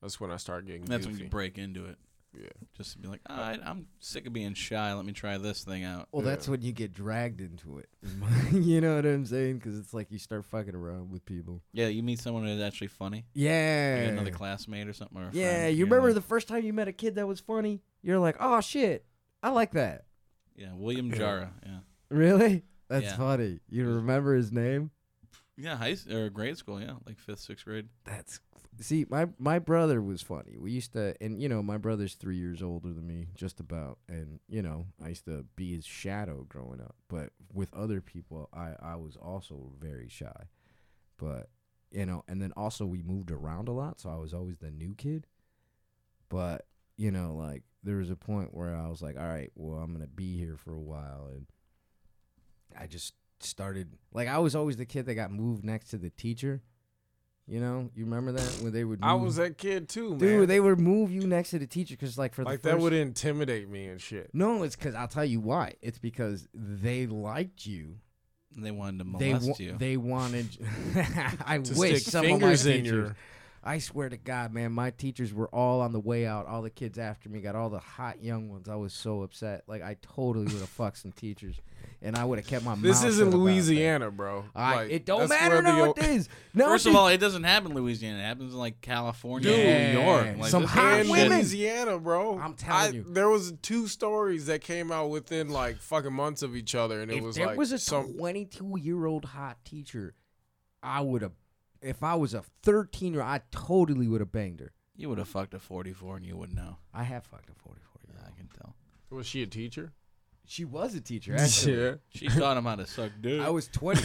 Speaker 2: That's when I started getting
Speaker 3: That's when
Speaker 2: goofy.
Speaker 3: you break into it.
Speaker 2: Yeah.
Speaker 3: Just to be like, all right, I'm sick of being shy. Let me try this thing out.
Speaker 1: well, that's when you get dragged into it. you know what I'm saying? Because it's like you start fucking around with people.
Speaker 3: Yeah, you meet someone who's actually funny. You
Speaker 1: Yeah.
Speaker 3: get another classmate or something. Or a
Speaker 1: yeah.
Speaker 3: friend,
Speaker 1: You
Speaker 3: you're
Speaker 1: remember
Speaker 3: like-
Speaker 1: the first time you met a kid that was funny? You're like, oh, shit. I like that.
Speaker 3: Yeah, William
Speaker 2: Yeah.
Speaker 3: Jara. Yeah.
Speaker 1: Really? That's
Speaker 3: Yeah.
Speaker 1: funny. You remember his name?
Speaker 3: Yeah, high s- or grade school. Yeah, like fifth, sixth grade.
Speaker 1: That's see, my my brother was funny. We used to, and you know, my brother's three years older than me, just about. And you know, I used to be his shadow growing up. But with other people, I I was also very shy. But you know, and then also we moved around a lot, so I was always the new kid. But you know, like there was a point where I was like, all right, well, I'm gonna be here for a while, and I just started like I was always the kid that got moved next to the teacher. You know, you remember that when they would move,
Speaker 3: Mm.
Speaker 2: I was that kid too, man.
Speaker 1: dude. They would move you next to the teacher because like for
Speaker 2: like
Speaker 1: the
Speaker 2: that
Speaker 1: first
Speaker 2: would intimidate me and shit.
Speaker 1: no, it's because I'll tell you why. It's because they liked you.
Speaker 3: And they wanted to
Speaker 1: they
Speaker 3: molest
Speaker 1: wa-
Speaker 3: you.
Speaker 1: they wanted. I
Speaker 2: To
Speaker 1: wish
Speaker 2: stick
Speaker 1: some of my
Speaker 2: fingers
Speaker 1: teachers.
Speaker 2: in your-
Speaker 1: I swear to God, man, my teachers were all on the way out. All the kids after me got all the hot young ones. I was so upset. Like I totally would have fucked some teachers, and I would have kept my.
Speaker 2: This
Speaker 1: mouth shut
Speaker 2: isn't
Speaker 1: about that.
Speaker 2: Louisiana, bro.
Speaker 1: I,
Speaker 2: Like,
Speaker 1: it don't
Speaker 2: that's
Speaker 1: matter
Speaker 2: where the
Speaker 1: now
Speaker 2: o-
Speaker 1: what it is. No,
Speaker 3: First of
Speaker 1: dude.
Speaker 3: all, it doesn't happen in Louisiana. It happens in like California,
Speaker 2: Dude.
Speaker 3: and New York.
Speaker 1: Yeah.
Speaker 3: Like
Speaker 1: Some
Speaker 3: this
Speaker 1: hot
Speaker 3: weird
Speaker 2: And
Speaker 3: shit.
Speaker 1: women.
Speaker 2: Louisiana, bro.
Speaker 1: I'm telling
Speaker 2: I-
Speaker 1: you.
Speaker 2: there was two stories that came out within like fucking months of each other, and it
Speaker 1: if
Speaker 2: was
Speaker 1: there
Speaker 2: like
Speaker 1: was a
Speaker 2: some.
Speaker 1: 22 year old hot teacher, I would have. If I was a 13 year, I totally would have banged her.
Speaker 3: You would have fucked a 44 and you wouldn't know.
Speaker 1: I have fucked a 44 year
Speaker 3: Yeah,
Speaker 1: old.
Speaker 3: I can tell.
Speaker 2: Was she a teacher?
Speaker 1: She was a teacher. Actually.
Speaker 3: She taught him how to suck dick.
Speaker 1: I was 20.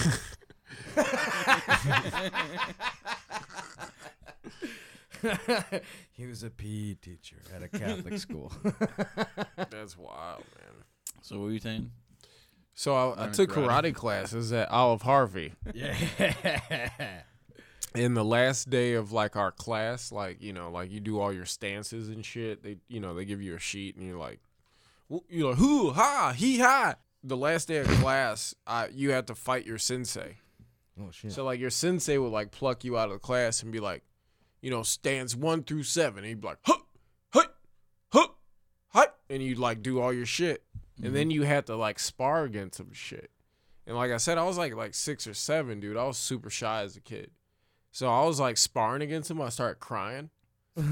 Speaker 1: he was a PE teacher at a Catholic school.
Speaker 2: that's wild, man.
Speaker 3: so what were you saying?
Speaker 2: So I, I
Speaker 3: Learned
Speaker 2: took
Speaker 3: karate.
Speaker 2: karate classes at Olive Harvey.
Speaker 1: yeah.
Speaker 2: in the last day of like our class, like you know, like you do all your stances and shit. They, you know, they give you a sheet and you're like, wh- you're like, hoo ha, he ha. The last day of class, I, you had to fight your sensei.
Speaker 1: Oh, shit.
Speaker 2: So like your sensei would like pluck you out of the class and be like, you know, stands one through seven. And he'd be like, hut, hut, hut, hut, and you'd like do all your shit, and then you had to like spar against some shit. And like I said, I was like like six or seven, dude. I was super shy as a kid, so I was like sparring against him. I started crying,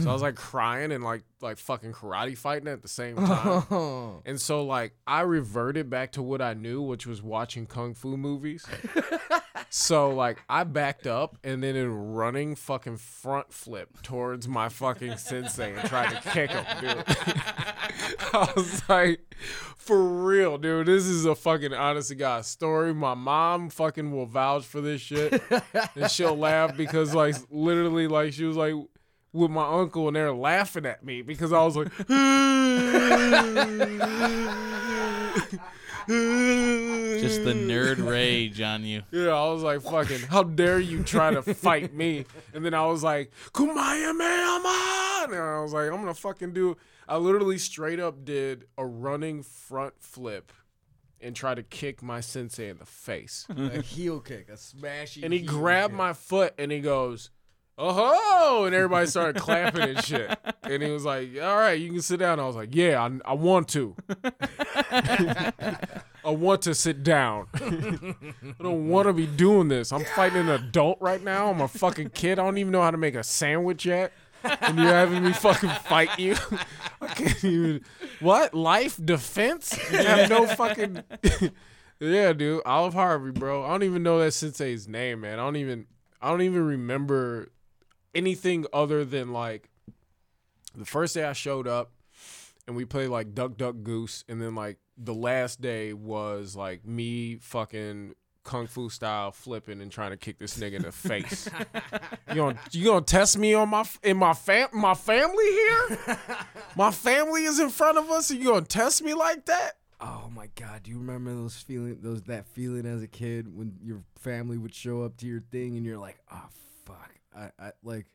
Speaker 2: so I was like crying and like like fucking karate fighting at the same time.
Speaker 1: Oh.
Speaker 2: And so like I reverted back to what I knew, which was watching kung fu movies. So like I backed up and then in running fucking front flip towards my fucking sensei and tried to kick him, dude. I was like, for real, dude, this is a fucking honest to God story. My mom fucking will vouch for this shit. and she'll laugh because like literally like she was like with my uncle and they're laughing at me because I was like
Speaker 3: Just the nerd rage on you.
Speaker 2: Yeah, I was like, fucking, how dare you try to fight me? And then I was like, Kumayamama! And I was like, I'm gonna fucking do. I literally straight up did a running front flip and tried to kick my sensei in the face.
Speaker 1: a heel kick, a smashy.
Speaker 2: Mm-hmm. And he
Speaker 1: heel
Speaker 2: grabbed
Speaker 1: kick.
Speaker 2: my foot and he goes, Oh, and everybody started clapping and shit. And he was like, All right, you can sit down. I was like, Yeah, I, I want to. I want to sit down. I don't want to be doing this. I'm fighting an adult right now. I'm a fucking kid. I don't even know how to make a sandwich yet. And you're having me fucking fight you. I can't even. What? Life defense? You have no fucking. yeah, dude. Olive Harvey, bro. I don't even know that sensei's name, man. I don't even. I don't even remember anything other than like the first day I showed up and we played like Duck Duck Goose, and then like the last day was like me fucking kung fu style flipping and trying to kick this nigga in the face. you gonna you gonna test me on my in my fam my family here? My family is in front of us, and you gonna test me like that?
Speaker 1: Oh my god, do you remember those feeling those that feeling as a kid when your family would show up to your thing and you're like, "Oh fuck." I, I like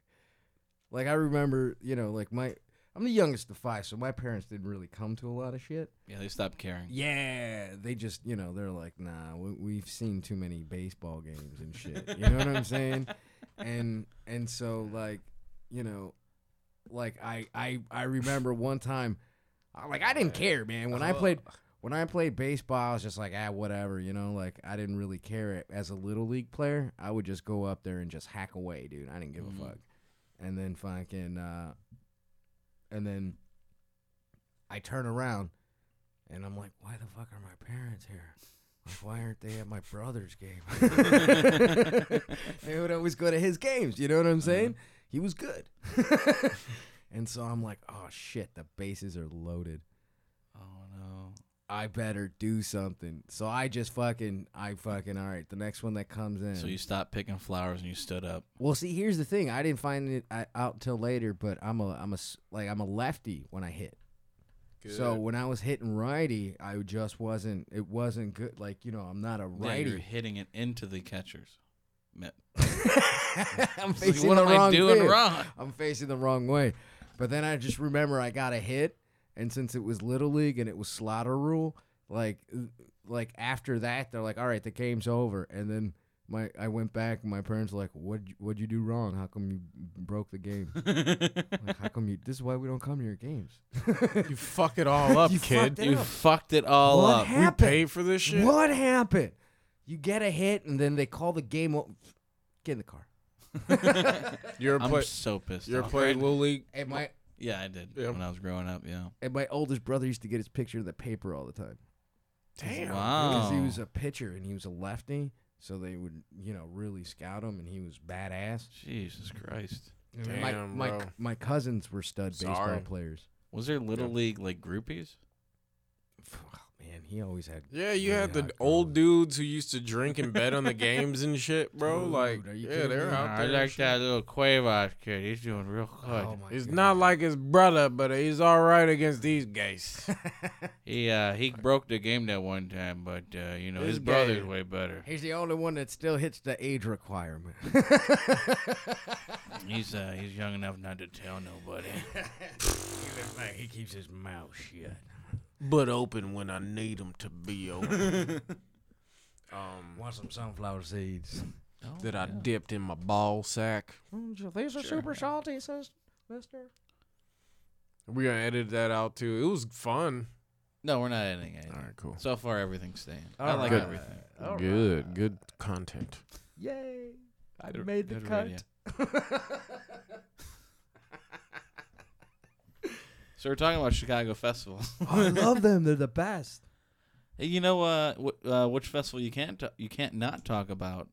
Speaker 1: like I remember, you know, like my I'm the youngest of five, so my parents didn't really come to a lot of shit.
Speaker 3: Yeah, they stopped caring.
Speaker 1: Yeah, they just, you know, they're like, "Nah, we, we've seen too many baseball games and shit." You know what I'm saying? And and so like, you know, like I I I remember one time I- like I didn't care, man. When I played when I played baseball, I was just like, ah, whatever, you know. Like I didn't really care. As a little league player, I would just go up there and just hack away, dude. I didn't give
Speaker 3: Mhm.
Speaker 1: a fuck. And then fucking, uh, and then I turn around, and I'm like, why the fuck are my parents here? Like, why aren't they at my brother's game? they would always go to his games. You know what I'm saying? He was good. and so I'm like, oh shit, the bases are loaded.
Speaker 3: Oh no.
Speaker 1: I better do something. So I just fucking, I fucking, all right, the next one that comes in.
Speaker 3: So you stopped picking flowers and you stood up.
Speaker 1: well, see, here's the thing. I didn't find it I- out till later, but I'm a, I'm a, s- like, I'm a lefty when I hit. So when I was hitting righty, I just wasn't, it wasn't good. Like, you know, I'm not a
Speaker 3: Right. You're
Speaker 1: righty.
Speaker 3: hitting it into the catchers. Me-
Speaker 1: I'm
Speaker 3: It's like,
Speaker 1: facing
Speaker 3: what
Speaker 1: the
Speaker 3: am
Speaker 1: wrong
Speaker 3: I doing
Speaker 1: field.
Speaker 3: wrong?
Speaker 1: I'm facing the wrong way. But then I just remember I got a hit, and since it was little league and it was slaughter rule, like like after that they're like, all right, the game's over. And then my I went back, and my parents were like, what what'd you do wrong? How come you broke the game? like, how come you? This is why we don't come to your games.
Speaker 2: you fuck it all up,
Speaker 1: You
Speaker 2: kid.
Speaker 1: fucked it
Speaker 3: You
Speaker 1: up.
Speaker 3: fucked it all
Speaker 1: What
Speaker 3: up.
Speaker 2: We
Speaker 1: happened?
Speaker 2: paid for this shit.
Speaker 1: What happened? You get a hit, and then they call the game. O- Get in the car.
Speaker 2: You're
Speaker 3: I'm
Speaker 2: play,
Speaker 3: so pissed.
Speaker 2: you're
Speaker 3: off.
Speaker 2: playing little league.
Speaker 1: And my
Speaker 3: Yeah, I did
Speaker 2: Yeah.
Speaker 3: when I was growing up. Yeah.
Speaker 1: and my oldest brother used to get his picture in the paper all the time.
Speaker 2: Damn.
Speaker 3: Wow.
Speaker 1: Because he was a pitcher and he was a lefty, so they would, you know, really scout him, and he was badass.
Speaker 3: Jesus Christ.
Speaker 1: And my-
Speaker 2: Damn,
Speaker 1: my,
Speaker 2: bro.
Speaker 1: my cousins were stud
Speaker 2: Sorry.
Speaker 1: baseball players.
Speaker 3: Was there little
Speaker 2: Yeah.
Speaker 3: league like groupies?
Speaker 1: Oh, Man, he always had.
Speaker 2: Yeah, you
Speaker 1: Yeah,
Speaker 2: had the
Speaker 1: I
Speaker 2: old dudes who used to drink and bet on the games and shit, bro.
Speaker 1: Dude,
Speaker 2: like,
Speaker 1: are you
Speaker 2: yeah,
Speaker 1: kidding
Speaker 2: they're
Speaker 1: me?
Speaker 2: out there. and shit.
Speaker 3: little Quavos kid. He's doing real good.
Speaker 1: Oh my
Speaker 2: He's
Speaker 1: God.
Speaker 2: not like his brother, but he's all right against these guys.
Speaker 3: He uh he broke the game that one time, but uh, you know
Speaker 2: This
Speaker 3: his brother's
Speaker 2: guy-
Speaker 3: way better.
Speaker 1: He's the only one that still hits the age requirement.
Speaker 3: He's uh he's young enough not to tell nobody.
Speaker 1: he keeps his mouth shut.
Speaker 2: but open when I need him to be open. um,
Speaker 1: Want some sunflower seeds?
Speaker 3: Oh,
Speaker 2: that I
Speaker 3: yeah.
Speaker 2: dipped in my ball sack.
Speaker 1: Mm, These are super salty, says Mister.
Speaker 2: We're gonna edit that out too. It was fun.
Speaker 3: No, we're not editing anything.
Speaker 2: cool.
Speaker 3: So far, everything's staying. I
Speaker 1: All
Speaker 3: like
Speaker 2: right.
Speaker 3: everything.
Speaker 2: good, good content.
Speaker 1: Yay! I
Speaker 3: Good-
Speaker 1: made the
Speaker 3: good
Speaker 1: cut.
Speaker 3: radio. So we're talking about Chicago festivals.
Speaker 1: I love them. They're the best.
Speaker 3: Hey, you know uh, wh- uh which festival you can't ta- you can't not talk about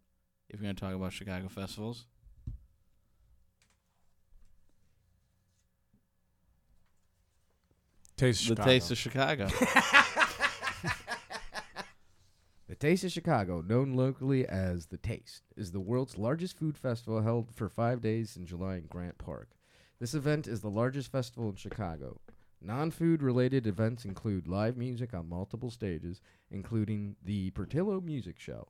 Speaker 3: if you're going to talk about Chicago festivals.
Speaker 2: Taste
Speaker 3: The Taste of Chicago.
Speaker 1: The Taste of Chicago, known locally as The Taste, is the world's largest food festival held for five days in July in Grant Park. This event is the largest festival in Chicago. Non food related events include live music on multiple stages, including the Portillo Music Show.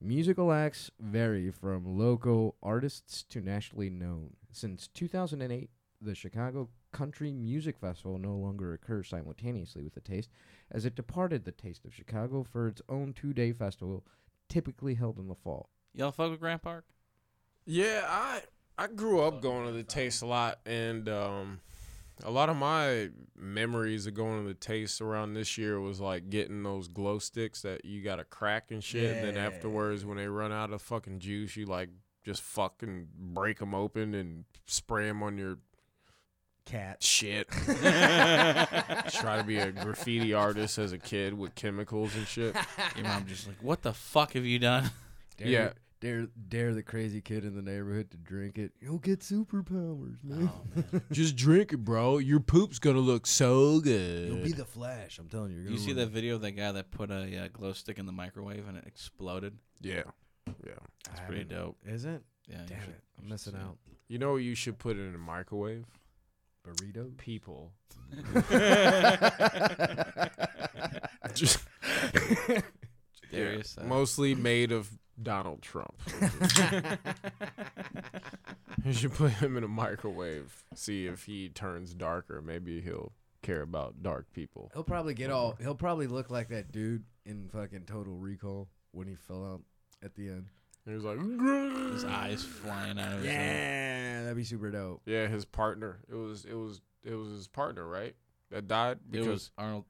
Speaker 1: Musical acts vary from local artists to nationally known. Since 2008, the Chicago Country Music Festival no longer occurs simultaneously with the Taste, as it departed the Taste of Chicago for its own two day festival, typically held in the fall.
Speaker 3: Y'all fuck with Grant Park?
Speaker 2: Yeah, I I grew up going to the Taste a lot, and um, a lot of my memories of going to the Taste around this year was like getting those glow sticks that you got to crack and shit. And then
Speaker 1: Yeah.
Speaker 2: afterwards, when they run out of fucking juice, you like just fucking break them open and spray them on your
Speaker 1: Cat.
Speaker 2: shit. Try to be a graffiti artist as a kid with chemicals and shit.
Speaker 3: Your mom just like, what the fuck have you done?
Speaker 1: Dare,
Speaker 2: Yeah.
Speaker 1: Dare, dare the crazy kid in the neighborhood to drink it. You'll get superpowers, man.
Speaker 2: Just drink it, bro. Your poop's gonna look so good.
Speaker 1: You'll be the Flash. I'm telling you. You're
Speaker 3: You
Speaker 1: gonna
Speaker 3: see
Speaker 1: look-
Speaker 3: that video of that guy that put a uh, glow stick in the microwave and it exploded?
Speaker 2: yeah, yeah.
Speaker 1: I
Speaker 3: It's pretty
Speaker 1: haven't-
Speaker 3: dope.
Speaker 1: Is it?
Speaker 3: Yeah, you
Speaker 1: Damn
Speaker 3: should-
Speaker 1: it. I'm missing
Speaker 3: see it.
Speaker 1: out.
Speaker 2: You know what you should put it in a microwave?
Speaker 1: Burrito.
Speaker 2: People. Just-
Speaker 3: Just
Speaker 2: Yeah,
Speaker 3: Darius, uh,
Speaker 2: Mostly made of Donald Trump. you should put him in a microwave. See if he turns darker. Maybe he'll care about dark people.
Speaker 1: He'll probably get all. He'll probably look like that dude in fucking Total Recall when he fell out at the end.
Speaker 2: And he was like,
Speaker 3: his eyes flying out of his head.
Speaker 1: Yeah, that'd be super dope.
Speaker 2: Yeah, his partner. It was it was it was his partner, right? That died because
Speaker 3: it was Arnold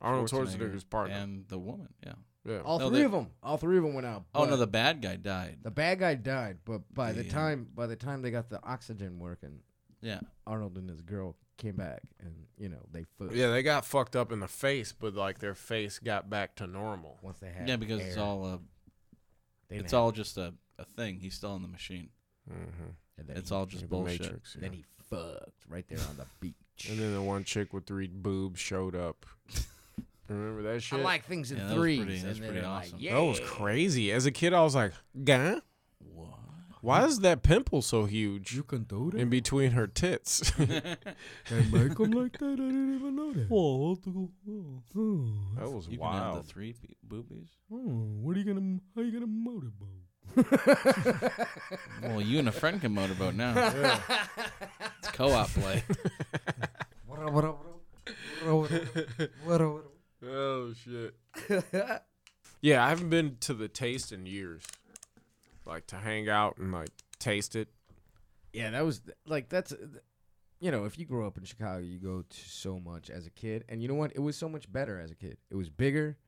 Speaker 2: Arnold
Speaker 3: Schwarzenegger
Speaker 2: Schwarzenegger's partner.
Speaker 3: and the woman. Yeah.
Speaker 2: yeah.
Speaker 1: All
Speaker 3: No,
Speaker 1: three
Speaker 3: they-
Speaker 1: of 'em. of them. All three of them went out.
Speaker 3: Oh
Speaker 1: but
Speaker 3: no, the bad guy died.
Speaker 1: the bad guy died. But by the
Speaker 3: Yeah.
Speaker 1: time by the time they got the oxygen working,
Speaker 3: Yeah.
Speaker 1: Arnold and his girl came back, and you know they fucked.
Speaker 2: Yeah, they got fucked up in the face, but like their face got back to normal.
Speaker 1: Once they had
Speaker 3: Yeah, because it's
Speaker 1: hair,
Speaker 3: all a,
Speaker 1: they didn't
Speaker 3: it's
Speaker 1: have-
Speaker 3: all just a, a thing. He's still in the machine.
Speaker 2: Mm-hmm.
Speaker 1: and then
Speaker 3: It's
Speaker 1: he-
Speaker 3: all just bullshit.
Speaker 1: Then he fucked right there on the beach.
Speaker 2: And then the one chick with three boobs showed up. Remember that
Speaker 1: I
Speaker 2: shit?
Speaker 1: like things in
Speaker 3: Yeah, that was
Speaker 1: threes.
Speaker 3: pretty- that's
Speaker 1: and then
Speaker 3: pretty
Speaker 1: they're
Speaker 3: awesome.
Speaker 1: Like,
Speaker 3: That
Speaker 1: yeah.
Speaker 2: that was crazy. As a kid, I was like, "Gah,
Speaker 3: What?
Speaker 2: why is that pimple so huge
Speaker 1: can do
Speaker 2: in between her tits?"
Speaker 1: and make them like that. I didn't even know that.
Speaker 3: Whoa,
Speaker 2: that was
Speaker 3: you can have the
Speaker 2: wild.
Speaker 3: three pe- boobies.
Speaker 1: Hmm, what are you gonna? How you gonna motorboat?
Speaker 3: Well, you and a friend can motorboat now. It's co-op play.
Speaker 2: oh shit. yeah, I haven't been to the taste in years. Like to hang out and like taste it.
Speaker 1: yeah, that was like that's. You know, if you grow up in Chicago, you go to so much as a kid, and you know what? It was so much better as a kid. It was bigger.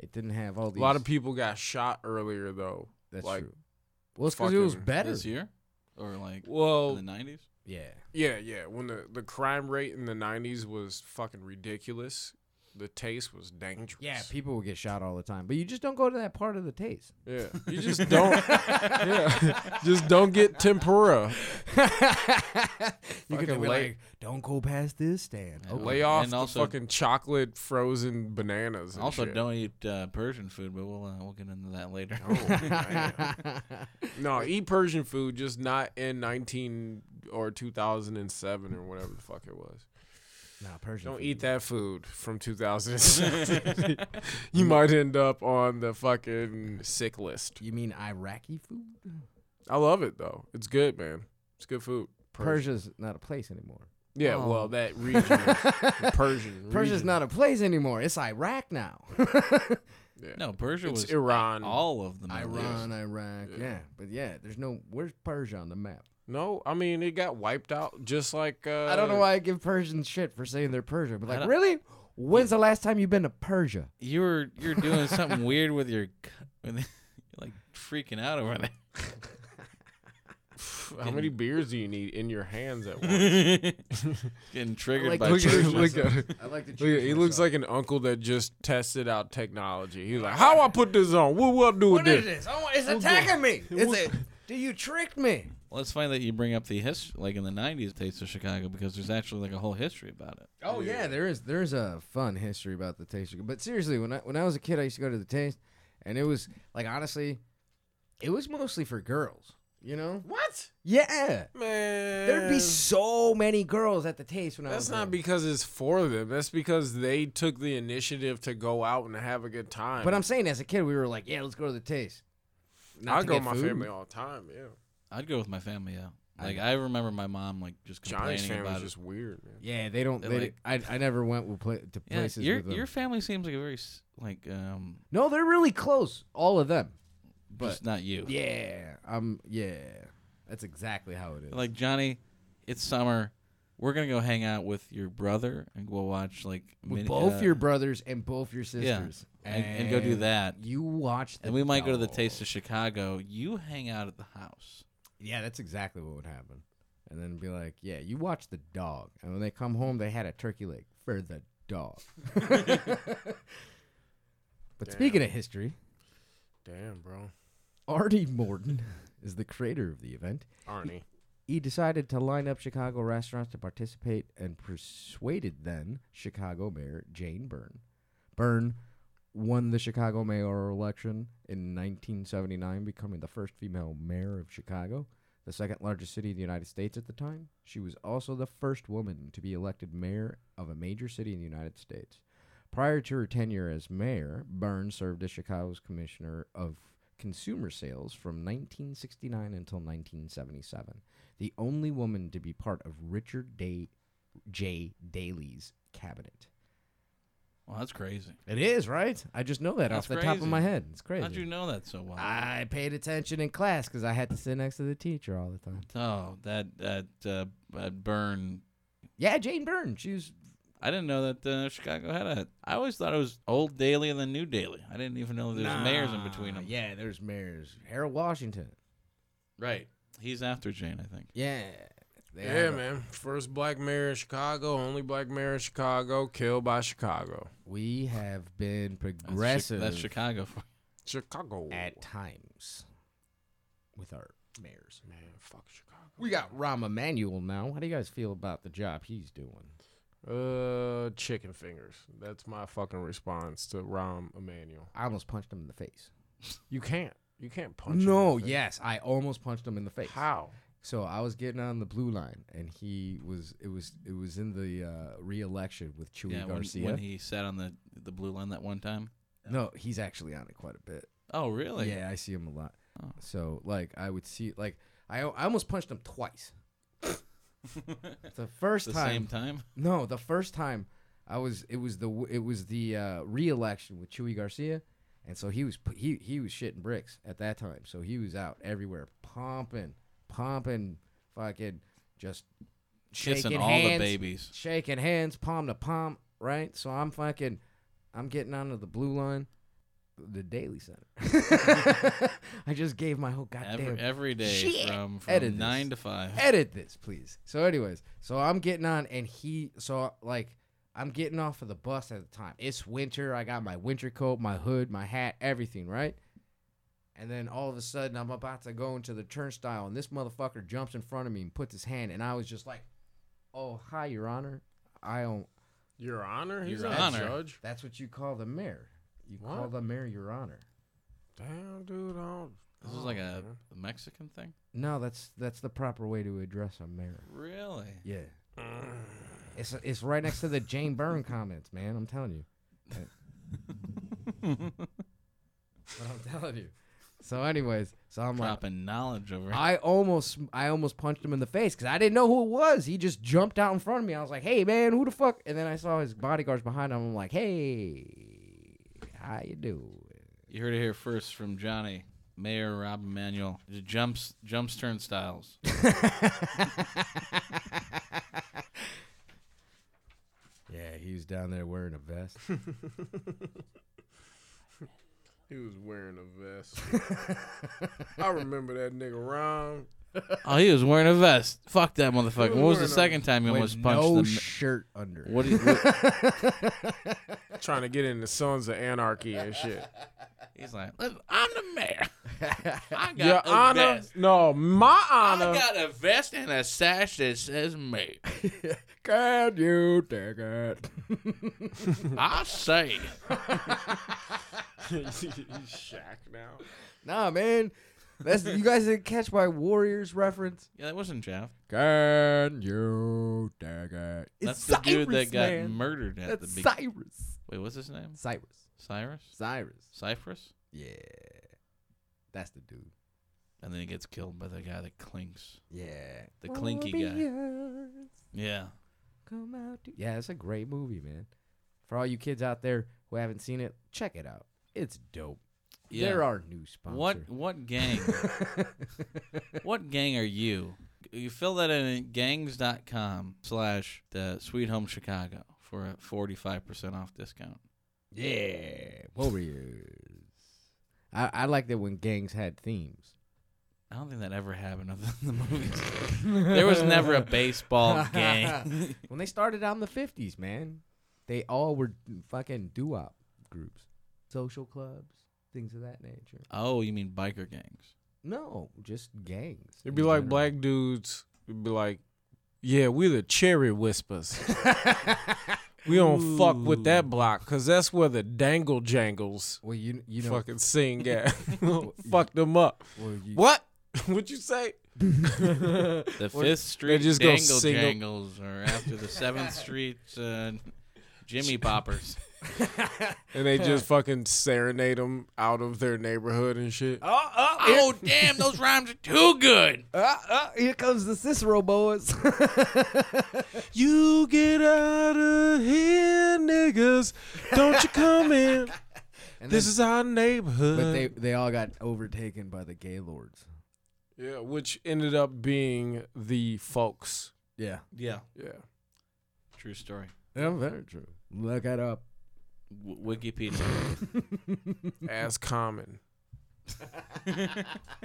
Speaker 1: It didn't have all
Speaker 2: A
Speaker 1: these.
Speaker 2: lot of people got shot earlier though.
Speaker 1: That's
Speaker 2: like,
Speaker 1: true. Well, it's because it was
Speaker 2: fucking-
Speaker 1: better.
Speaker 3: this year, or like
Speaker 2: Well,
Speaker 3: in the nineties.
Speaker 1: Yeah.
Speaker 2: Yeah, yeah. When the, the crime rate in the nineties was fucking ridiculous, the taste was dangerous.
Speaker 1: Yeah, people would get shot all the time, but you just don't go to that part of the taste.
Speaker 2: yeah. You just don't. yeah, just don't get tempura.
Speaker 1: you could
Speaker 2: Fucking
Speaker 1: be
Speaker 2: lay-
Speaker 1: like, don't go past this stand.
Speaker 3: Yeah.
Speaker 1: Okay.
Speaker 2: Lay off
Speaker 3: And
Speaker 2: the
Speaker 3: also-
Speaker 2: fucking chocolate frozen bananas. And
Speaker 3: Also,
Speaker 2: shit.
Speaker 3: don't eat uh, Persian food, but we'll uh, we'll get into that later.
Speaker 2: Oh, man. no, eat Persian food, just not in nineteen or two thousand and seven or whatever the fuck it was.
Speaker 1: Nah, Persian.
Speaker 2: Don't
Speaker 1: food.
Speaker 2: eat that food from two thousand and seven. you might end up on the fucking sick list.
Speaker 1: You mean Iraqi food?
Speaker 2: I love it though. It's good, man. It's good food. Persian.
Speaker 1: Persia's not a place anymore.
Speaker 2: Yeah,
Speaker 3: Oh.
Speaker 2: well, that region, Persian.
Speaker 1: Persia's
Speaker 2: region.
Speaker 1: not a place anymore. It's Iraq now.
Speaker 2: Yeah.
Speaker 3: No, Persia
Speaker 2: It's
Speaker 3: was
Speaker 2: Iran.
Speaker 3: All of them.
Speaker 1: Iran, Iraq.
Speaker 2: Yeah.
Speaker 1: Yeah. but yeah, there's no. Where's Persia on the map?
Speaker 2: No, I mean it got wiped out just like. Uh,
Speaker 1: I don't know why I give Persians shit for saying they're Persia, but
Speaker 3: I
Speaker 1: like,
Speaker 3: don't-
Speaker 1: really? When's the last time you've been to Persia?
Speaker 3: You were you're doing something weird with your, c- with, you're like freaking out over there.
Speaker 2: pff, how many
Speaker 3: Getting-
Speaker 2: beers do you need in your hands at once?
Speaker 3: Getting triggered
Speaker 1: like
Speaker 3: by
Speaker 1: look at-
Speaker 3: church
Speaker 1: look
Speaker 3: lessons.
Speaker 2: at-
Speaker 1: I like to.
Speaker 2: Look, at- he looks like an uncle that just tested out technology. He's like, "How I put this on? What will I do with
Speaker 1: What is
Speaker 2: this?"
Speaker 1: this? Oh, it's attacking me. It's a, do you trick me?
Speaker 3: Well, it's funny that you bring up the history, like in the '90s Taste of Chicago, because there's actually like a whole history about it.
Speaker 1: Oh yeah. there is there's a fun history about the taste. of- But seriously, when I when I was a kid, I used to go to the taste, and it was like honestly, it was mostly for girls. You know?
Speaker 2: What
Speaker 1: Yeah.
Speaker 2: man?
Speaker 1: There'd be so many girls at the taste when I was.
Speaker 2: That's not
Speaker 1: little.
Speaker 2: because it's for them. That's because they took the initiative to go out and have a good time.
Speaker 1: But I'm saying, as a kid, we were like, yeah, let's go to the taste. Not
Speaker 2: I
Speaker 1: to
Speaker 2: go
Speaker 1: get
Speaker 2: with my
Speaker 1: food.
Speaker 2: family all the time. Yeah,
Speaker 3: I'd go with my family. Yeah,
Speaker 1: I
Speaker 3: like
Speaker 1: know.
Speaker 3: I remember my mom like just complaining
Speaker 2: Johnny's
Speaker 3: about
Speaker 2: family's
Speaker 3: it.
Speaker 2: just weird, man.
Speaker 1: Yeah, they don't.
Speaker 3: They're
Speaker 1: They, I I never went with pla- to
Speaker 3: yeah,
Speaker 1: places.
Speaker 3: your
Speaker 1: with them.
Speaker 3: your family seems like a very s- like um,
Speaker 1: no, they're really close. All of them. But-
Speaker 3: just not you.
Speaker 1: Yeah, um, yeah, that's exactly how it is.
Speaker 3: Like Johnny, it's summer. We're gonna go hang out with your brother and go watch like
Speaker 1: with
Speaker 3: mini-
Speaker 1: both
Speaker 3: uh,
Speaker 1: your brothers and both your sisters,
Speaker 3: and, and go do that.
Speaker 1: You watch, the
Speaker 3: And we might go to the Taste of
Speaker 1: dolls.
Speaker 3: Chicago. You hang out at the house.
Speaker 1: yeah, that's exactly what would happen. And then be like, yeah, you watch the dog. And when they come home, they had a turkey leg for the dog. but speaking of history,
Speaker 2: Damn, bro,
Speaker 1: Artie Morton is the creator of the event.
Speaker 2: Arnie.
Speaker 1: he decided to line up Chicago restaurants to participate and persuaded then Chicago Mayor Jane Byrne. Byrne won the Chicago mayoral election in 1979, becoming the first female mayor of Chicago, the second largest city in the United States at the time. She was also the first woman to be elected mayor of a major city in the United States. Prior to her tenure as mayor, Byrne served as Chicago's commissioner of consumer sales from 1969 until 1977 the only woman to be part of Richard Day, J. Daley's cabinet.
Speaker 3: Well, that's crazy.
Speaker 1: It is right. I just know that off
Speaker 3: That's
Speaker 1: the top of
Speaker 3: crazy.
Speaker 1: my head. It's crazy.
Speaker 3: How'd you know that so well?
Speaker 1: I paid attention in class because I had to sit next to the teacher all the time.
Speaker 3: oh, that that uh, that burn.
Speaker 1: Yeah, Jane Byrne. She was.
Speaker 3: I didn't know that uh, Chicago had a. I always thought it was Old Daily and then New Daily. I didn't even know there was mayors in between
Speaker 1: Nah,
Speaker 3: them.
Speaker 1: Yeah, there's mayors. Harold Washington.
Speaker 3: Right. He's after Jane, I think.
Speaker 1: Yeah. They
Speaker 2: Yeah,
Speaker 1: have a-
Speaker 2: man. First black mayor in Chicago, only black mayor in Chicago, killed by Chicago.
Speaker 1: We have been
Speaker 3: That's Chi-
Speaker 1: progressive
Speaker 3: That's Chicago. For
Speaker 2: Chicago.
Speaker 1: at times with our mayors.
Speaker 2: man, fuck Chicago.
Speaker 1: We got Rahm Emanuel now. How do you guys feel about the job he's doing?
Speaker 2: uh chicken fingers. That's my fucking response to Rahm Emanuel.
Speaker 1: I almost punched him in the face.
Speaker 2: You can't. You can't punch. him
Speaker 1: no,
Speaker 2: in the face.
Speaker 1: yes, I almost punched him in the face.
Speaker 2: How?
Speaker 1: So I was getting on the blue line, and he was. It was. It was in the uh, re-election with Chewy
Speaker 3: yeah, when,
Speaker 1: Garcia.
Speaker 3: when he sat on the the blue line that one time.
Speaker 1: no, he's actually on it quite a bit.
Speaker 3: Oh, really?
Speaker 1: yeah, I see him a lot.
Speaker 3: Oh.
Speaker 1: So like, I would see like I, I almost punched him twice. the first
Speaker 3: The
Speaker 1: time,
Speaker 3: same time.
Speaker 1: no, the first time I was. It was the. It was the uh, re-election with Chewy Garcia. And so he was pu- he he was shitting bricks at that time. So he was out everywhere, pumping, pumping, fucking, just shaking
Speaker 3: Kissing all
Speaker 1: hands,
Speaker 3: the babies.
Speaker 1: shaking hands, palm to palm, right? So I'm fucking, I'm getting onto the blue line, the Daily Center. I just gave my whole goddamn
Speaker 3: Every, every day
Speaker 1: Shit.
Speaker 3: from, from
Speaker 1: Edit this.
Speaker 3: nine to five.
Speaker 1: edit this, please. So, anyways, so I'm getting on, and he, so like, I'm getting off of the bus at the time. It's winter. I got my winter coat, my hood, my hat, everything, right? And then all of a sudden, I'm about to go into the turnstile, and this motherfucker jumps in front of me and puts his hand, and I was just like, "Oh, hi, Your Honor. I don't.
Speaker 2: Your Honor? He's
Speaker 3: Your
Speaker 2: not a
Speaker 3: Honor.
Speaker 2: judge.
Speaker 1: That's what you call the mayor. You call
Speaker 2: What?
Speaker 1: the mayor Your Honor.
Speaker 2: Damn, dude. I don't,
Speaker 3: This is
Speaker 2: oh,
Speaker 3: like a
Speaker 2: man.
Speaker 3: Mexican thing.
Speaker 1: No, that's that's the proper way to address a mayor.
Speaker 3: Really?
Speaker 1: Yeah. It's it's right next to the Jane Byrne comments, man. I'm telling you. but I'm telling you. So, anyways, so I'm like,
Speaker 3: Dropping knowledge over.
Speaker 1: I almost I almost punched him in the face because I didn't know who it was. He just jumped out in front of me. I was like, "Hey, man, who the fuck?" And then I saw his bodyguards behind him. I'm like, "Hey, how you doing?"
Speaker 3: You heard it here first from Johnny, Mayor Rob Emanuel. Just Jumps, jumps turnstiles.
Speaker 1: Yeah, he was down there wearing a vest.
Speaker 2: He was wearing a vest. I remember that nigga Ron.
Speaker 3: Oh, he was wearing a vest. Fuck that motherfucker.
Speaker 2: was
Speaker 3: What was
Speaker 2: wearing
Speaker 3: the
Speaker 2: a-
Speaker 3: second time he almost
Speaker 1: With
Speaker 3: punched
Speaker 1: no
Speaker 3: the?
Speaker 1: shirt under.
Speaker 3: what do you- what-
Speaker 2: Trying to get in the Sons of Anarchy and shit.
Speaker 3: he's like, "Look, I'm the mayor. I got
Speaker 2: Your
Speaker 3: a
Speaker 2: honor,
Speaker 3: vest.
Speaker 2: no, my
Speaker 3: I
Speaker 2: honor.
Speaker 3: got a vest and a sash that says mayor.
Speaker 1: Can you take it?
Speaker 3: I say,
Speaker 2: Shaq now.
Speaker 1: nah, man. That's you guys didn't catch my Warriors reference.
Speaker 3: yeah, that wasn't Jeff.
Speaker 1: Can you take it?
Speaker 3: That's
Speaker 1: It's
Speaker 3: the
Speaker 1: Cyrus,
Speaker 3: dude that got
Speaker 1: man.
Speaker 3: murdered at
Speaker 1: That's
Speaker 3: the beginning.
Speaker 1: Cyrus.
Speaker 3: Wait, what's his name?
Speaker 1: Cyrus.
Speaker 3: Cyrus?
Speaker 1: Cyrus.
Speaker 3: Cypress?
Speaker 1: Yeah, that's the dude.
Speaker 3: And then he gets killed by the guy that clinks.
Speaker 1: Yeah,
Speaker 3: The clinky guy. Yeah.
Speaker 1: Come out to- yeah, it's a great movie, man. For all you kids out there who haven't seen it, check it out. It's dope.
Speaker 3: Yeah.
Speaker 1: There are new sponsor.
Speaker 3: what what gang? what gang are you? You fill that in at gangs.com slash the Sweet Home Chicago for a 45% off discount.
Speaker 1: Yeah, Warriors. I, I liked it when gangs had themes.
Speaker 3: I don't think that ever happened other than the movies. there was never a baseball gang.
Speaker 1: When they started out in the fifties, man, they all were fucking doo-wop groups, social clubs, things of that nature.
Speaker 3: oh, you mean biker gangs?
Speaker 1: No, just gangs.
Speaker 2: It'd be
Speaker 1: in
Speaker 2: like
Speaker 1: general.
Speaker 2: black dudes. It'd be like, yeah, we the cherry whispers. we don't fuck with that block because that's where the dangle jangles
Speaker 1: Well, you you know
Speaker 2: fucking sing at. fuck them up.
Speaker 1: well, you,
Speaker 2: What? What'd you say?
Speaker 3: The Fifth Street
Speaker 2: just go
Speaker 3: Dangle
Speaker 2: single-
Speaker 3: Jangles, or after the Seventh Street uh, Jimmy Poppers.
Speaker 2: and they just fucking serenade them out of their neighborhood and shit.
Speaker 1: Oh, oh, here,
Speaker 3: Oh damn, those rhymes are too good.
Speaker 1: oh, oh, here comes the Cicero boys.
Speaker 2: You get out of here, niggas. Don't you come in.
Speaker 1: And
Speaker 2: This
Speaker 1: then-
Speaker 2: is our neighborhood.
Speaker 1: but they they all got overtaken by the Gaylords.
Speaker 2: yeah, which ended up being the folks.
Speaker 1: Yeah,
Speaker 3: Yeah,
Speaker 2: Yeah.
Speaker 3: true story.
Speaker 1: yeah, very true. Look it up.
Speaker 3: W- Wikipedia.
Speaker 2: As Common.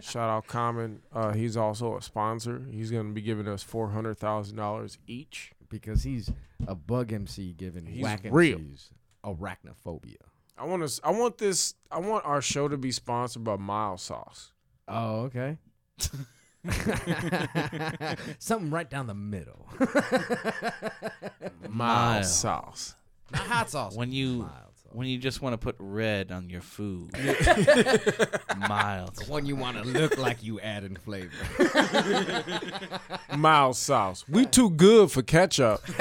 Speaker 2: Shout out Common. Uh, he's also a sponsor. He's going to be giving us $400,000 each.
Speaker 1: because he's a bug MC giving
Speaker 2: He's
Speaker 1: whack
Speaker 2: real.
Speaker 1: MCs arachnophobia.
Speaker 2: I want to I want this I want our show to be sponsored by Mild Sauce.
Speaker 1: Oh, okay. Something right down the middle.
Speaker 2: Mild
Speaker 3: Mild.
Speaker 2: Sauce.
Speaker 1: Not hot sauce.
Speaker 3: when you
Speaker 1: mild sauce.
Speaker 3: when you just want to put red on your food, mild.
Speaker 1: One you want to look like you adding flavor.
Speaker 2: Mild Sauce. We too good for ketchup.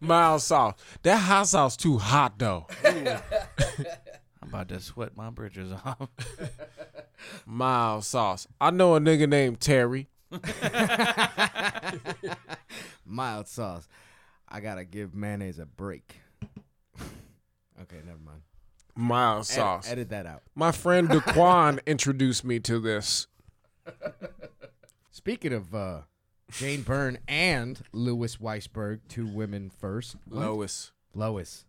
Speaker 2: Mild Sauce. That hot sauce too hot though.
Speaker 3: I'm about to sweat my bridges off.
Speaker 2: Mild Sauce. I know a nigga named Terry.
Speaker 1: mild sauce. I gotta give mayonnaise a break. okay, never mind.
Speaker 2: Mild
Speaker 1: Ed-
Speaker 2: Sauce.
Speaker 1: edit that out.
Speaker 2: My friend Daquan introduced me to this.
Speaker 1: Speaking of uh, Jane Byrne and Louis Weisberg, two women first.
Speaker 2: Lois.
Speaker 1: Lois.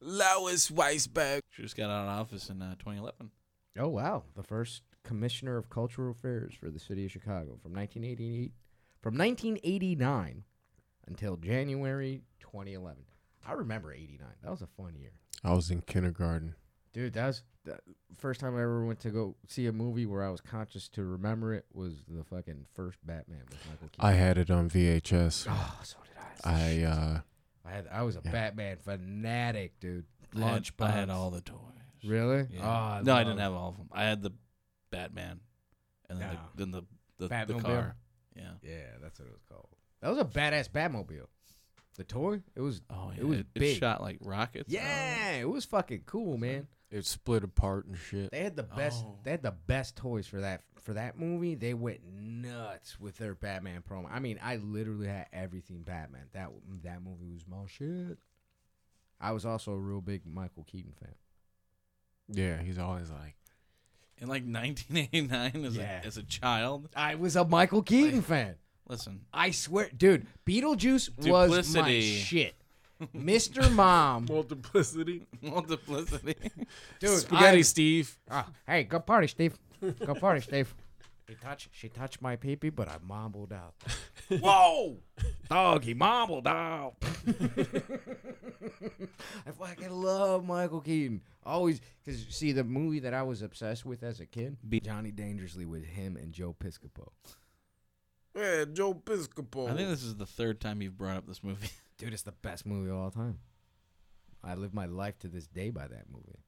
Speaker 2: Lois Weisberg.
Speaker 3: She just got out of office in uh, 2011.
Speaker 1: Oh wow, the first commissioner of cultural affairs for the city of Chicago from 1988 from 1989 until January 2011. I remember 89. That was a fun year.
Speaker 2: I was in kindergarten.
Speaker 1: Dude, that was the first time I ever went to go see a movie where I was conscious to remember it was the fucking first Batman with Michael Keaton.
Speaker 2: I had it on VHS.
Speaker 1: oh, so did I.
Speaker 2: I uh
Speaker 1: I, had, I was a Batman fanatic, dude.
Speaker 3: I had-
Speaker 1: Lunchbox.
Speaker 3: I had all the toys.
Speaker 1: Really?
Speaker 3: Yeah.
Speaker 1: Oh,
Speaker 3: no, Ah, I
Speaker 1: love-
Speaker 3: didn't have all of them. I had the Batman, and then
Speaker 1: No.
Speaker 3: the, then the the, the
Speaker 1: Batmobile?
Speaker 3: car. Yeah.
Speaker 1: Yeah, that's what it was called. That was a badass Batmobile. The toy? It was
Speaker 3: Oh yeah.
Speaker 1: It was big.
Speaker 3: shot like rockets.
Speaker 1: Yeah, it was fucking cool, man.
Speaker 2: it split apart and shit.
Speaker 1: They had the best.
Speaker 3: Oh.
Speaker 1: They had the best toys for that for that movie. They went nuts with their Batman promo. I mean, I literally had everything Batman. That that movie was my shit. I was also a real big Michael Keaton fan.
Speaker 2: Yeah, he's always like
Speaker 3: in like 1989 as,
Speaker 1: Yeah.
Speaker 3: a, as a child.
Speaker 1: I was a Michael Keaton fan.
Speaker 3: Listen,
Speaker 1: I swear, dude. Beetlejuice was my
Speaker 3: Duplicity.
Speaker 1: shit. Mr. Mom.
Speaker 2: Multiplicity.
Speaker 3: Multiplicity.
Speaker 1: Dude,
Speaker 2: Spaghetti
Speaker 1: I-
Speaker 2: Steve.
Speaker 1: Ah, hey, good party, Steve. Good party, Steve. He touched, she touched my peepee, but I mumbled out. Whoa, dog, he mumbled out. I fucking love Michael Keaton. Always, because see, the movie that I was obsessed with as a kid,
Speaker 3: Be-
Speaker 1: Johnny Dangerously with him and Joe Piscopo.
Speaker 2: Yeah, Joe Piscopo.
Speaker 3: I think this is the third time you've brought up this movie.
Speaker 1: Dude, it's the best movie of all time. I live my life to this day by that movie.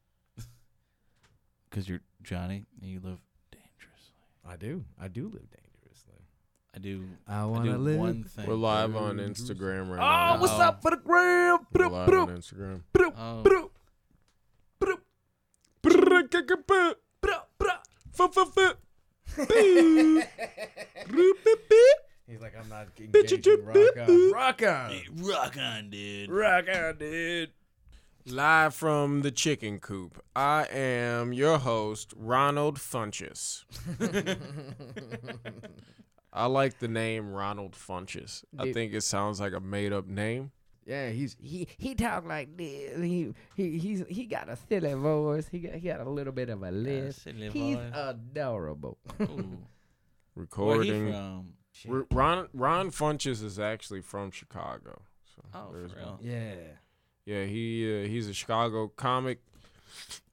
Speaker 3: Because you're Johnny and you live dangerously.
Speaker 1: I do. I do live dangerously.
Speaker 3: I do.
Speaker 1: I
Speaker 3: I
Speaker 1: want
Speaker 3: do
Speaker 1: to live.
Speaker 3: one thing.
Speaker 2: We're live on Instagram right now.
Speaker 1: Oh, what's
Speaker 3: Oh.
Speaker 1: up for the gram?
Speaker 2: We're live on Instagram.
Speaker 3: Oh,
Speaker 1: He's like, I'm not
Speaker 2: engaging. Rock on.
Speaker 1: Rock on.
Speaker 3: rock on, dude.
Speaker 2: Rock out, dude. Live from the chicken coop. I am your host, Ronald Funches. I like the name Ronald Funches. I
Speaker 1: Dude.
Speaker 2: think it sounds like a made up name.
Speaker 1: Yeah, he's he he talk like this. He he he's he got a silly voice. He got he got a little bit of a lisp.
Speaker 3: silly
Speaker 1: he's
Speaker 3: voice.
Speaker 1: adorable.
Speaker 3: Ooh. Where he
Speaker 2: Recording.
Speaker 3: from?
Speaker 2: R- Ron Ron Funches is actually from Chicago. So
Speaker 3: Oh, for
Speaker 2: there's
Speaker 3: real.
Speaker 1: Yeah.
Speaker 2: Yeah, he uh, he's a Chicago comic,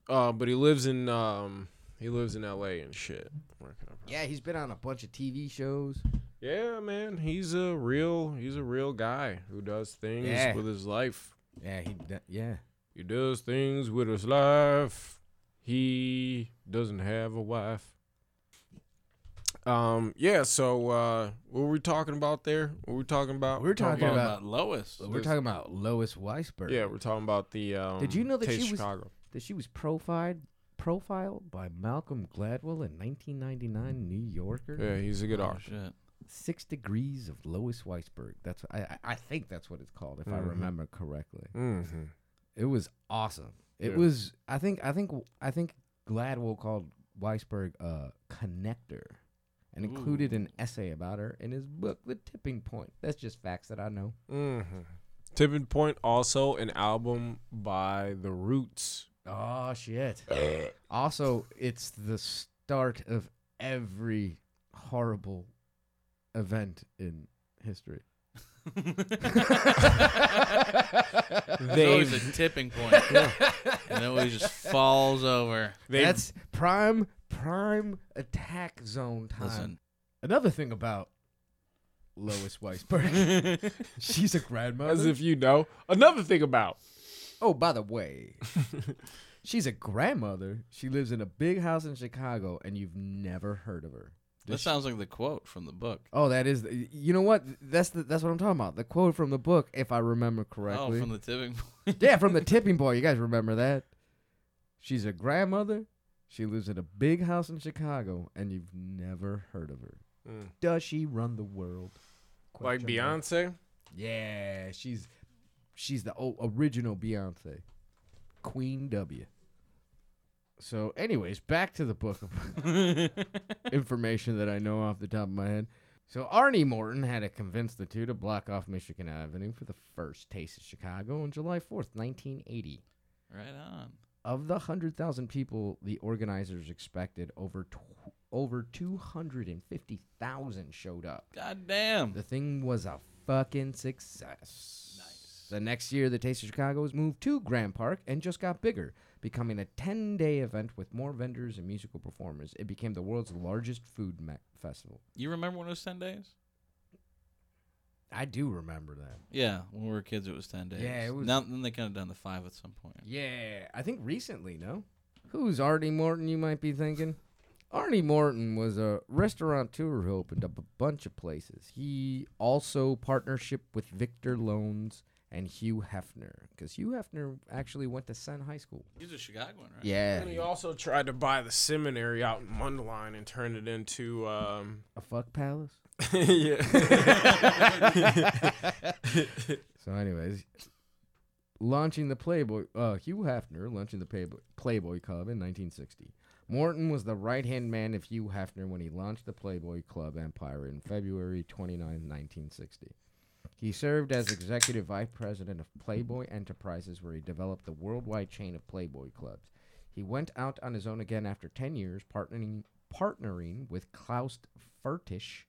Speaker 2: uh, but he lives in um, he lives in L.A. and shit. Where can I find-
Speaker 1: Yeah, he's been on a bunch of TV shows.
Speaker 2: Yeah, man, he's a real he's a real guy who does things
Speaker 1: Yeah.
Speaker 2: with his life.
Speaker 1: Yeah, he d- yeah.
Speaker 2: He does things with his life. He doesn't have a wife. Um, yeah. So uh, what were we talking about there? What were we talking about?
Speaker 1: We're talking
Speaker 3: Talking
Speaker 1: about-
Speaker 3: about Lois.
Speaker 1: But we're talking about Lois Weisberg.
Speaker 2: Yeah, we're talking about the. Um,
Speaker 1: you know that
Speaker 2: Taste
Speaker 1: she was-
Speaker 2: Chicago.
Speaker 1: that she was profiled profiled by Malcolm Gladwell in 1999 New Yorker.
Speaker 2: Yeah, he's a good
Speaker 3: Oh,
Speaker 2: artist.
Speaker 3: shit.
Speaker 1: Six Degrees of Lois Weisberg. That's I I- I think that's what it's called if I
Speaker 2: Mhm.
Speaker 1: remember correctly.
Speaker 2: Mm-hmm.
Speaker 1: It was awesome. It
Speaker 2: Yeah.
Speaker 1: was I think I think I think Gladwell called Weisberg a connector and included an essay about her in his book The Tipping Point. That's just facts that I know.
Speaker 2: hmm Tipping Point, also an album by The Roots.
Speaker 1: Oh shit. also, it's the start of every horrible event in history.
Speaker 3: There's always
Speaker 2: They've-
Speaker 3: a tipping point. and then it always just falls over.
Speaker 2: They
Speaker 1: That's prime prime attack zone time.
Speaker 3: Listen,
Speaker 1: Another thing about Lois Weisberg. She's a grandmother.
Speaker 2: as if you know. Another thing about
Speaker 1: Oh, by the way, Mm, she's a grandmother. She lives in a big house in Chicago, and you've never heard of her.
Speaker 3: this sounds like the quote from the book.
Speaker 1: Oh, that is. You know what? That's the, that's what I'm talking about. The quote from the book, if I remember correctly.
Speaker 3: Oh, from the tipping point.
Speaker 1: yeah, from the tipping point. You guys remember that? She's a grandmother. She lives in a big house in Chicago, and you've never heard of her.
Speaker 2: Mm.
Speaker 1: Does she run the world?
Speaker 2: like
Speaker 1: Question mark.
Speaker 2: Beyonce.
Speaker 1: Yeah, she's she's the o- original Beyonce, Queen W. So, anyways, back to the book of information that I know off the top of my head. So Arnie Morton had to convince the two to block off Michigan Avenue for the first Taste of Chicago on July 4th, 1980.
Speaker 3: Right on.
Speaker 1: Of the 100,000 people the organizers expected, over tw- over 250,000 showed up.
Speaker 3: God damn.
Speaker 1: The thing was a fucking success.
Speaker 3: Nice.
Speaker 1: The next year, the Taste of Chicago was moved to Grand Park and just got bigger, becoming a 10 day event with more vendors and musical performers. It became the world's largest food me- festival.
Speaker 3: You remember when it was 10 days?
Speaker 1: I do remember that.
Speaker 3: Yeah, when we were kids, it was 10 days.
Speaker 1: Yeah, it was-
Speaker 3: Now, then they kind of done the five at some point.
Speaker 1: Yeah, I think recently, no? Who's Arnie Morton, you might be thinking? Arnie Morton was a restaurateur who opened up a bunch of places. He also partnership with Victor Loans and Hugh Hefner, because Hugh Hefner actually went to Sen High School.
Speaker 3: He's a Chicagoan, right?
Speaker 1: Yeah,
Speaker 2: And he also tried to buy the seminary out in Mundelein and turn it into um
Speaker 1: a fuck palace.
Speaker 2: yeah.
Speaker 1: So, anyways, launching the Playboy, uh, Hugh Hefner launching the Playboy, Playboy Club in 1960. Morton was the right hand man of Hugh Hefner when he launched the Playboy Club empire in February 29, 1960. He served as executive vice president of Playboy Enterprises, where he developed the worldwide chain of Playboy clubs. He went out on his own again after 10 years, partnering, partnering with Klaus Furtisch,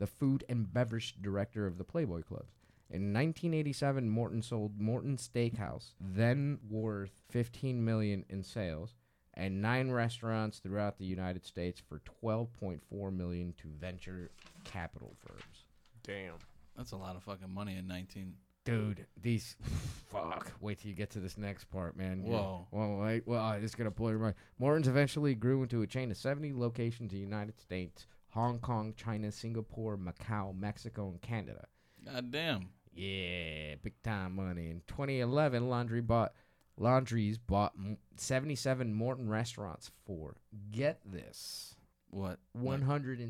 Speaker 1: the food and beverage director of the Playboy clubs. In 1987, Morton sold Morton Steakhouse, then worth 15 million in sales, and nine restaurants throughout the United States for 12.4 million to venture capital firms.
Speaker 2: Damn.
Speaker 3: That's a lot of fucking money in 19.
Speaker 1: Dude, these fuck. Wait till you get to this next part, man. You're-
Speaker 3: Whoa.
Speaker 1: Well, wait. Well, this is gonna blow your mind. Morton's eventually grew into a chain of 70 locations in the United States, Hong Kong, China, Singapore, Macau, Mexico, and Canada.
Speaker 3: God damn.
Speaker 1: Yeah, big time money. In 2011, Laundry bought Laundries bought m- 77 Morton restaurants for get this
Speaker 3: What?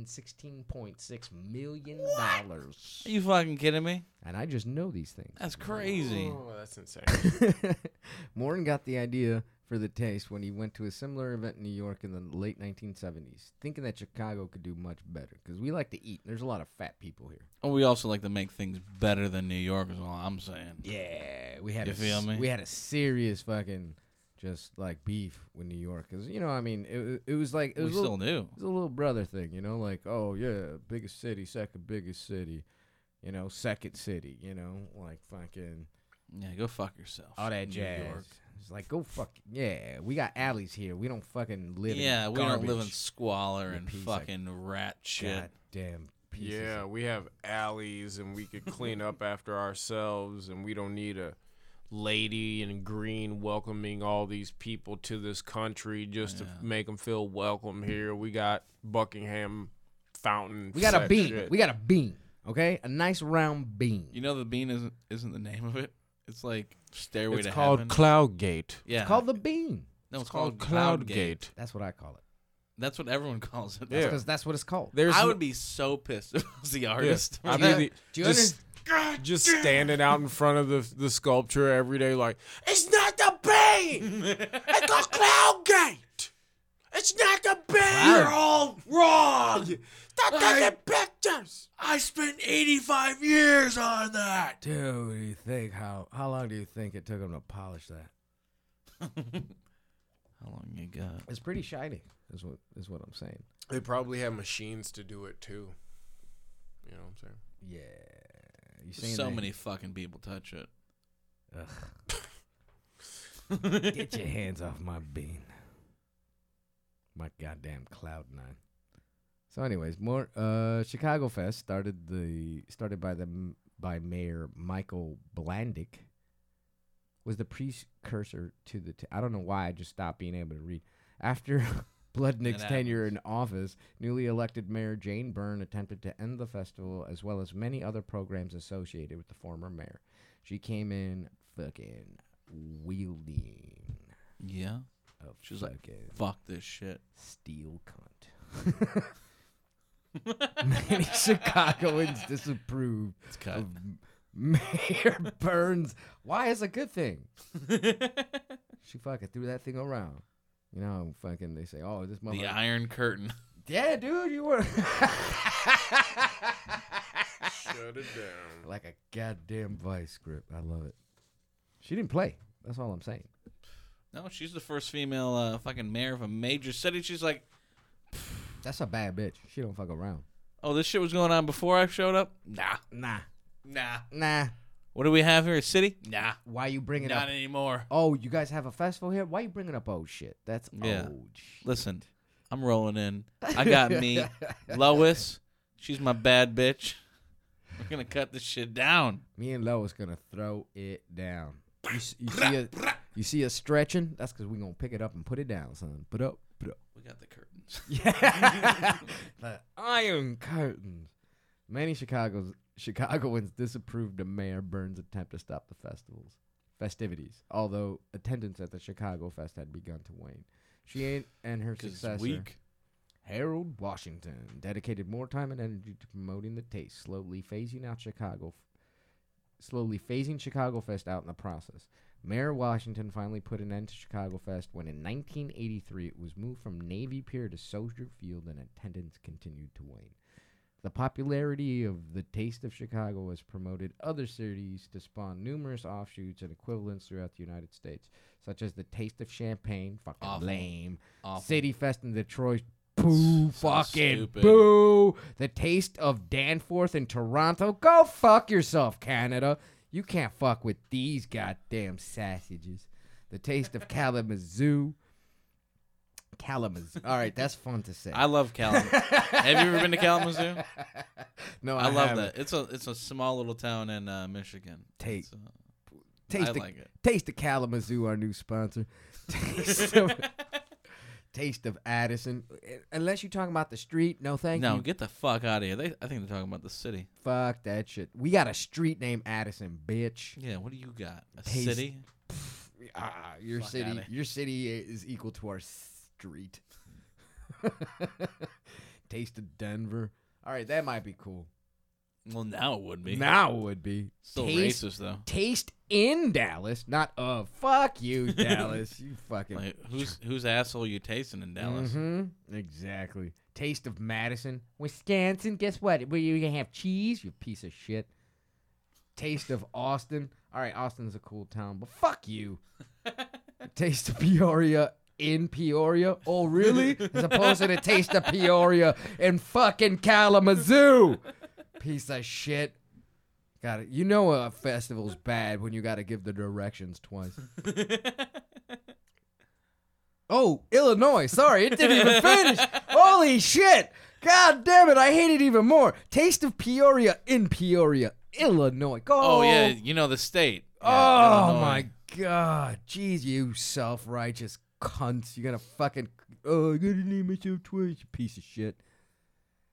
Speaker 1: 116.6 million dollars.
Speaker 3: Are you fucking kidding me?
Speaker 1: And I just know these things.
Speaker 3: That's crazy.
Speaker 2: Oh, that's insane.
Speaker 1: Morton got the idea for the taste when he went to a similar event in New York in the late 1970s, thinking that Chicago could do much better because we like to eat. There's a lot of fat people here.
Speaker 3: And we also like to make things better than New York, is all I'm saying.
Speaker 1: Yeah, we had
Speaker 3: You
Speaker 1: a
Speaker 3: feel
Speaker 1: s-
Speaker 3: me?
Speaker 1: we had a serious fucking just like beef with New York because you know I mean it, it was like it
Speaker 3: We
Speaker 1: was, a little,
Speaker 3: still do.
Speaker 1: it was a little brother thing you know like oh yeah biggest city second biggest city you know second city you know like fucking
Speaker 3: Yeah, go fuck yourself.
Speaker 1: all that
Speaker 3: New
Speaker 1: jazz.
Speaker 3: York.
Speaker 1: It's like go fuck yeah we got alleys here we don't fucking live
Speaker 3: Yeah,
Speaker 1: in
Speaker 3: we don't live in
Speaker 1: garbage.
Speaker 3: squalor
Speaker 1: You
Speaker 3: and
Speaker 1: piece of
Speaker 3: fucking rat shit.
Speaker 1: goddamn pieces of
Speaker 2: Yeah, we have alleys and we could clean up after ourselves, and we don't need a lady in green welcoming all these people to this country just
Speaker 3: Yeah.
Speaker 2: to make them feel welcome here. We got Buckingham Fountain.
Speaker 1: we got a
Speaker 2: set
Speaker 1: bean
Speaker 2: shit.
Speaker 1: we got a bean okay a nice round bean
Speaker 3: You know the bean isn't isn't the name of it. It's like stairway
Speaker 2: it's
Speaker 3: to
Speaker 2: called
Speaker 3: heaven.
Speaker 2: Cloud Gate.
Speaker 3: yeah,
Speaker 1: it's called the bean
Speaker 3: no,
Speaker 2: It's called
Speaker 3: Cloud
Speaker 2: Cloud Gate.
Speaker 1: that's what I call it
Speaker 3: That's what everyone calls it.
Speaker 2: Yeah.
Speaker 1: because that's what it's called
Speaker 2: There's
Speaker 3: I
Speaker 2: n-
Speaker 3: would be so pissed if I was the
Speaker 2: yeah,
Speaker 3: artist.
Speaker 2: I'd
Speaker 1: Yeah.
Speaker 2: be the-
Speaker 1: Do you
Speaker 2: just, just standing out in front of the the sculpture every day, like it's not the bean, it's the Cloud Gate. It's not the bean.
Speaker 1: Wow.
Speaker 2: all wrong. Stop
Speaker 3: I-
Speaker 2: pictures.
Speaker 3: I spent 85 years on that.
Speaker 1: Dude, what do you think how how long do you think it took him to polish that?
Speaker 3: How long you got?
Speaker 1: It's pretty shiny, is what is what I'm saying.
Speaker 2: They probably have machines to do it too. You know what I'm saying?
Speaker 1: Yeah, you seen
Speaker 3: So
Speaker 1: that?
Speaker 3: many fucking people touch it.
Speaker 1: Ugh. Get your hands off my bean, my goddamn cloud nine. So, anyways, more uh, Chicago Fest started the started by the m- by Mayor Michael Blandick was the precursor to the. T- I don't know why I just stopped being able to read after. Bloodnick's
Speaker 3: It
Speaker 1: tenure in office, newly elected Mayor Jane Byrne attempted to end the festival as well as many other programs associated with the former mayor. She came in fucking wielding
Speaker 3: Yeah.
Speaker 1: a
Speaker 3: She's like,
Speaker 1: fucking
Speaker 3: Fuck this shit.
Speaker 1: steel cunt. Many Chicagoans disapprove
Speaker 3: It's cut.
Speaker 1: of Mayor Burns. Why is a good thing? She fucking threw that thing around. You know, how fucking they say, oh, this mother.
Speaker 3: the Iron Curtain.
Speaker 1: Yeah, dude, you were
Speaker 2: Shut it down.
Speaker 1: like a goddamn vice grip. I love it. She didn't play. That's all I'm saying.
Speaker 3: No, she's the first female uh, fucking mayor of a major city. She's like,
Speaker 1: That's a bad bitch. She don't fuck around.
Speaker 3: oh, this shit was going on before I showed up?
Speaker 1: Nah, nah,
Speaker 3: Nah.
Speaker 1: nah.
Speaker 3: What do we have here? A city? Nah.
Speaker 1: Why you bringing
Speaker 3: Not
Speaker 1: up?
Speaker 3: anymore.
Speaker 1: oh, you guys have a festival here. Why you bringing up old shit? That's
Speaker 3: Yeah.
Speaker 1: old. Shit.
Speaker 3: Listen, I'm rolling in. I got me. Lois, she's my bad bitch. We're going to cut this shit down.
Speaker 1: Me and Lois gonna throw it down. You, s- you see us? You see us stretching? That's because we gonna pick it up and put it down, son. Put up, put up.
Speaker 3: We got the curtains.
Speaker 1: Yeah. the iron curtains. Many Chicago's, Chicagoans disapproved of Mayor Burns' attempt to stop the festivals festivities, although attendance at the Chicago Fest had begun to wane. She ain't and her
Speaker 3: Because
Speaker 1: successor,
Speaker 3: weak.
Speaker 1: Harold Washington, dedicated more time and energy to promoting the taste, slowly phasing out Chicago, slowly phasing Chicago Fest out in the process. Mayor Washington finally put an end to Chicago Fest when, in 1983, it was moved from Navy Pier to Soldier Field, and attendance continued to wane. The popularity of the taste of Chicago has promoted other cities to spawn numerous offshoots and equivalents throughout the United States, such as the Taste of Champagne, fucking
Speaker 3: Awful.
Speaker 1: lame,
Speaker 3: Awful.
Speaker 1: City Fest in Detroit, boo,
Speaker 3: So
Speaker 1: fucking
Speaker 3: stupid.
Speaker 1: boo, the Taste of Danforth in Toronto, go fuck yourself, Canada. You can't fuck with these goddamn sausages. The Taste of Kalamazoo, Kalamazoo. All right, that's fun to say.
Speaker 3: I love Kalamazoo. Have you ever been to Kalamazoo?
Speaker 1: no,
Speaker 3: Oh, I, love
Speaker 1: haven't.
Speaker 3: that. It's a it's a small little town in uh, Michigan.
Speaker 1: Tate.
Speaker 3: It's, uh,
Speaker 1: Taste
Speaker 3: I
Speaker 1: of,
Speaker 3: like it.
Speaker 1: Taste of Kalamazoo, our new sponsor. Taste of, Taste of Addison. Uh, Unless you're talking about the street, no thank
Speaker 3: no,
Speaker 1: you.
Speaker 3: get the fuck out of here. They, I think they're talking about the city.
Speaker 1: Fuck that shit. We got a street named Addison, bitch.
Speaker 3: Yeah, what do you got? A
Speaker 1: Taste-
Speaker 3: city?
Speaker 1: Ah, your
Speaker 3: Fuck
Speaker 1: city,
Speaker 3: outta
Speaker 1: your city is equal to our street. Taste of Denver. All right, that might be cool.
Speaker 3: Well, now it would be.
Speaker 1: Now would be
Speaker 3: Still
Speaker 1: taste,
Speaker 3: racist though.
Speaker 1: taste in Dallas, not of. Fuck you, Dallas. you fucking
Speaker 3: Like, who's whose asshole you tasting in Dallas?
Speaker 1: Mm-hmm. Exactly. Taste of Madison, Wisconsin. Guess what? Were you gonna have cheese? You piece of shit. Taste of Austin. All right, Austin's a cool town, but fuck you. taste of Peoria in Peoria. Oh, really? As opposed to the taste of Peoria in fucking Kalamazoo. Piece of shit. Got it. You know a festival's bad when you got to give the directions twice. Oh, Illinois. Sorry, it didn't even finish. Holy shit. God damn it. I hate it even more. Taste of Peoria in Peoria, Illinois. Go.
Speaker 3: Oh yeah, you know the state. Yeah,
Speaker 1: Oh,
Speaker 3: Illinois.
Speaker 1: my God. Jeez, you self righteous cunts. You're going to fucking. Oh, I got to name myself twice, you piece of shit.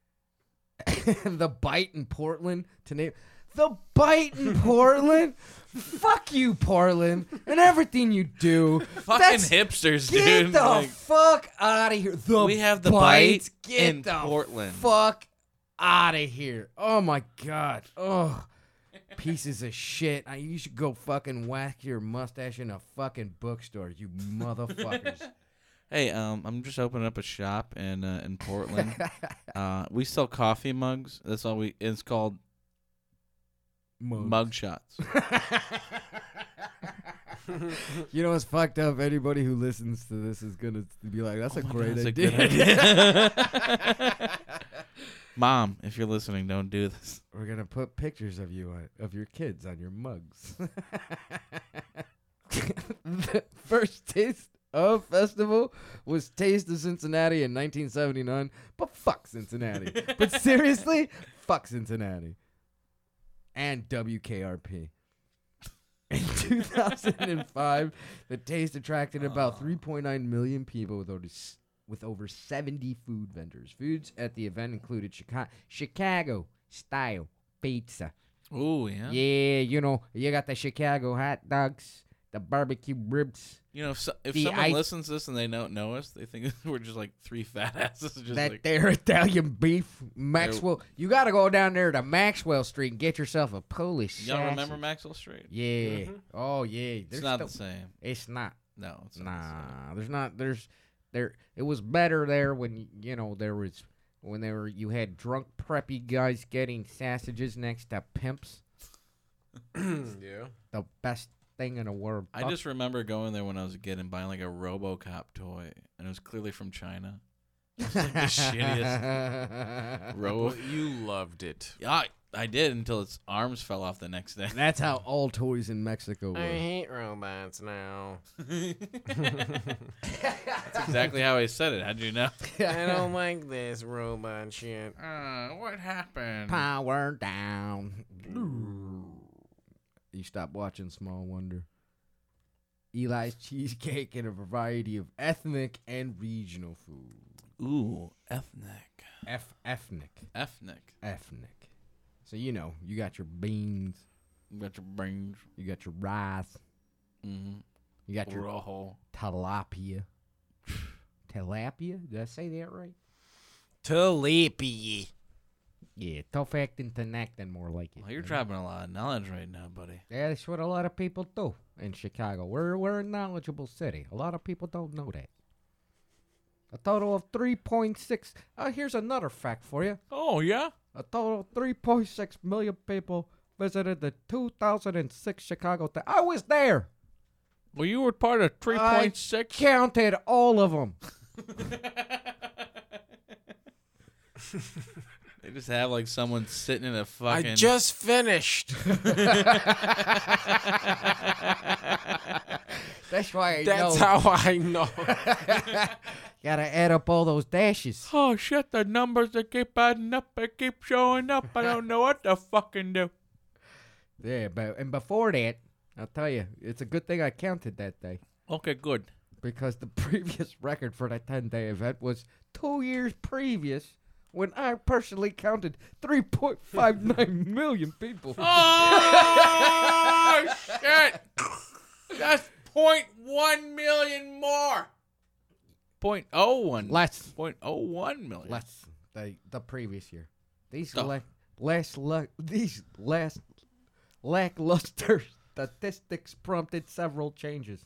Speaker 1: the Bite in Portland to name. The Bite in Portland? Fuck you, Portland, and everything you do.
Speaker 3: Fucking
Speaker 1: That's-
Speaker 3: hipsters,
Speaker 1: Get
Speaker 3: dude.
Speaker 1: the
Speaker 3: Like,
Speaker 1: fuck out of here. The
Speaker 3: we have the
Speaker 1: bites.
Speaker 3: bite
Speaker 1: Get
Speaker 3: in
Speaker 1: the
Speaker 3: Portland.
Speaker 1: fuck out of here. Oh my god. Oh, pieces of shit. I, you should go fucking whack your mustache in a fucking bookstore, you motherfuckers.
Speaker 3: Hey, um, I'm just opening up a shop in uh, in Portland. uh, we sell coffee mugs. That's all we. It's called mug shots.
Speaker 1: you know what's fucked up? Anybody who listens to this is gonna be like, "That's a
Speaker 3: Oh my God,
Speaker 1: great
Speaker 3: that's a
Speaker 1: idea."
Speaker 3: good idea. Mom, if you're listening, don't do this.
Speaker 1: We're gonna put pictures of you on, of your kids on your mugs. the first taste of festival was Taste of Cincinnati in 1979, but fuck Cincinnati. but seriously, fuck Cincinnati and WKRP. In 2005, the taste attracted about 3.9 million people with over s- with over 70 food vendors. Foods at the event included Chicago Chicago style pizza.
Speaker 3: Ooh, yeah.
Speaker 1: Yeah, you know, you got the Chicago hot dogs, the barbecue ribs,
Speaker 3: You know, if, so, if
Speaker 1: The
Speaker 3: someone
Speaker 1: I-
Speaker 3: listens to this and they don't know us, they think we're just like three fat asses. Just
Speaker 1: that
Speaker 3: like,
Speaker 1: there Italian beef, Maxwell. You got to go down there to Maxwell Street and get yourself a Polish
Speaker 3: y'all remember
Speaker 1: sausage.
Speaker 3: Maxwell Street?
Speaker 1: Yeah.
Speaker 2: Mhm.
Speaker 1: Oh yeah.
Speaker 3: It's
Speaker 1: There's
Speaker 3: not
Speaker 1: still-
Speaker 3: the same.
Speaker 1: It's not.
Speaker 3: No, it's not the same.
Speaker 1: Nah, there's not. There's there. It was better there when you know there was when there were you had drunk preppy guys getting sausages next to pimps.
Speaker 2: yeah.
Speaker 1: The best thing in the world.
Speaker 3: I
Speaker 1: Fuck
Speaker 3: just remember going there when I was a kid and buying like a RoboCop toy, and it was clearly from China. It's like the shittiest Robo.
Speaker 2: Well, you loved it.
Speaker 3: Yeah, I, I did until its arms fell off the next day.
Speaker 1: That's how all toys in Mexico
Speaker 3: Uh-huh.
Speaker 1: were.
Speaker 2: hate robots now.
Speaker 3: That's exactly how I said it. How'd you know?
Speaker 2: I don't like this robot shit.
Speaker 3: Uh, what happened?
Speaker 1: Power down. You stop watching Small Wonder. Eli's cheesecake and a variety of ethnic and regional food.
Speaker 3: Ooh, ethnic.
Speaker 1: F ethnic.
Speaker 3: Ethnic.
Speaker 1: ethnic. So you know, you got your beans,
Speaker 3: You got your brains.
Speaker 1: you got your rice,
Speaker 3: Mm-hmm.
Speaker 1: you got your
Speaker 3: Rojo.
Speaker 1: tilapia. tilapia? Did I say that right?
Speaker 2: Tilapia.
Speaker 1: Yeah, tough acting to acting more like it.
Speaker 3: Well, you're
Speaker 1: man.
Speaker 3: dropping a lot of knowledge right now, buddy.
Speaker 1: Yeah, that's what a lot of people do in Chicago. We're we're a knowledgeable city. A lot of people don't know that. A total of 3.6. Uh, here's another fact for you.
Speaker 4: Oh yeah.
Speaker 1: A total of 3.6 million people visited the 2006 Chicago. Th- I was there.
Speaker 4: Well, you were part of three point six.
Speaker 1: Counted all of them.
Speaker 3: They just have like someone sitting in a
Speaker 2: I
Speaker 3: fucking.
Speaker 2: just finished.
Speaker 1: That's why I
Speaker 2: That's
Speaker 1: know.
Speaker 2: how I know.
Speaker 1: Gotta add up all those dashes.
Speaker 4: Oh shit! The numbers that keep adding up, they keep showing up. I don't know what to fucking do.
Speaker 1: Yeah, but and before that, I'll tell you, it's a good thing I counted that day
Speaker 4: Okay, good.
Speaker 1: because the previous record for that 10 day event was two years previous when I personally counted 3.59 million people.
Speaker 4: Oh shit! That's point one million more. Point oh one.
Speaker 1: Less,
Speaker 4: Point oh one million.
Speaker 1: less the the previous year. These
Speaker 4: Oh.
Speaker 1: la- last luck, these last lackluster statistics prompted several changes.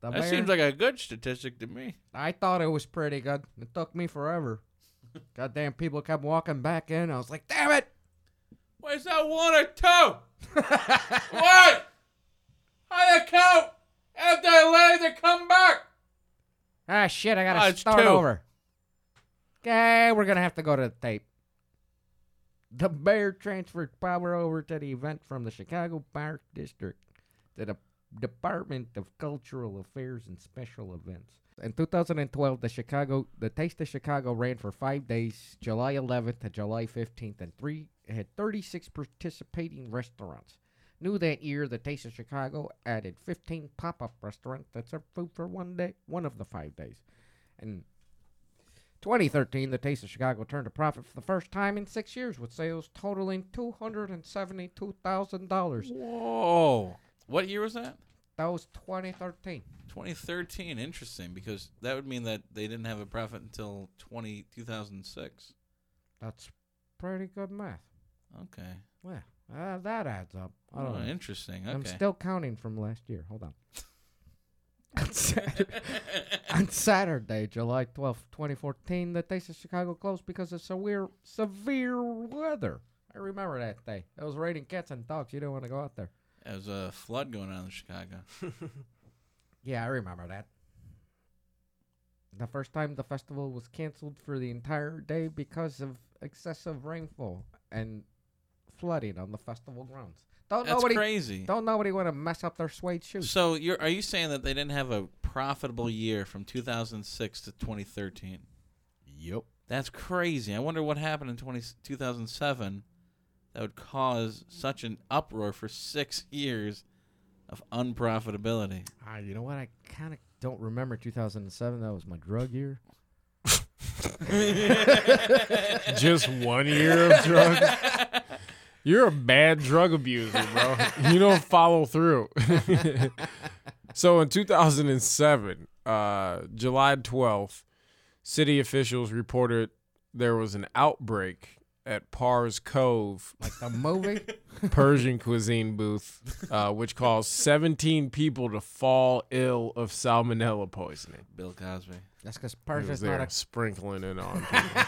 Speaker 1: The
Speaker 4: That
Speaker 1: mayor-
Speaker 4: seems like a good statistic to me.
Speaker 1: I thought it was pretty good. It took me forever. Goddamn people kept walking back in. I was like, damn it!
Speaker 4: Where's that one or two? what? How they count after I let it come back?
Speaker 1: Ah, shit, I gotta
Speaker 4: Ah, it's
Speaker 1: start
Speaker 4: two.
Speaker 1: over. Okay, we're gonna have to go to the tape. The mayor transferred power over to the event from the Chicago Park District to the Department of Cultural Affairs and Special Events. In 2012, the Chicago, the Taste of Chicago ran for five days, July 11th to July 15th, and three it had 36 participating restaurants. New that year, the Taste of Chicago added 15 pop-up restaurants that served food for one day, one of the five days. In 2013, the Taste of Chicago turned a profit for the first time in six years, with sales totaling $272,000.
Speaker 4: Whoa.
Speaker 3: What year was that?
Speaker 1: That was 2013.
Speaker 3: 2013. Interesting, because that would mean that they didn't have a profit until 20, 2006.
Speaker 1: That's pretty good math.
Speaker 3: Okay.
Speaker 1: Yeah, uh, that adds up. I
Speaker 3: Oh,
Speaker 1: don't know.
Speaker 3: interesting. Okay.
Speaker 1: I'm still counting from last year. Hold on. on, Saturday, on Saturday, July twelfth, 2014, the Taste of Chicago closed because of severe, severe weather. I remember that day. It was raining cats and dogs. You didn't want to go out there.
Speaker 3: There was a flood going on in Chicago.
Speaker 1: Yeah, I remember that. The first time the festival was canceled for the entire day because of excessive rainfall and flooding on the festival grounds. Don't
Speaker 3: That's
Speaker 1: nobody
Speaker 3: crazy.
Speaker 1: don't nobody want to mess up their suede shoes.
Speaker 3: So you're are you saying that they didn't have a profitable year from 2006 to 2013?
Speaker 1: Yep.
Speaker 3: That's crazy. I wonder what happened in 20, 2007 that would cause such an uproar for six years of unprofitability.
Speaker 1: Ah, you know what? I kind of don't remember 2007. That was my drug year.
Speaker 2: Just one year of drugs. You're a bad drug abuser, bro. You don't follow through. so in 2007, uh, July 12th, city officials reported there was an outbreak at Pars Cove
Speaker 1: Like the movie.
Speaker 2: Persian cuisine booth, uh, which caused 17 people to fall ill of salmonella poisoning.
Speaker 3: Bill Cosby.
Speaker 1: That's because
Speaker 2: He was
Speaker 1: Persia's
Speaker 2: there
Speaker 1: not a.
Speaker 2: sprinkling it on. people.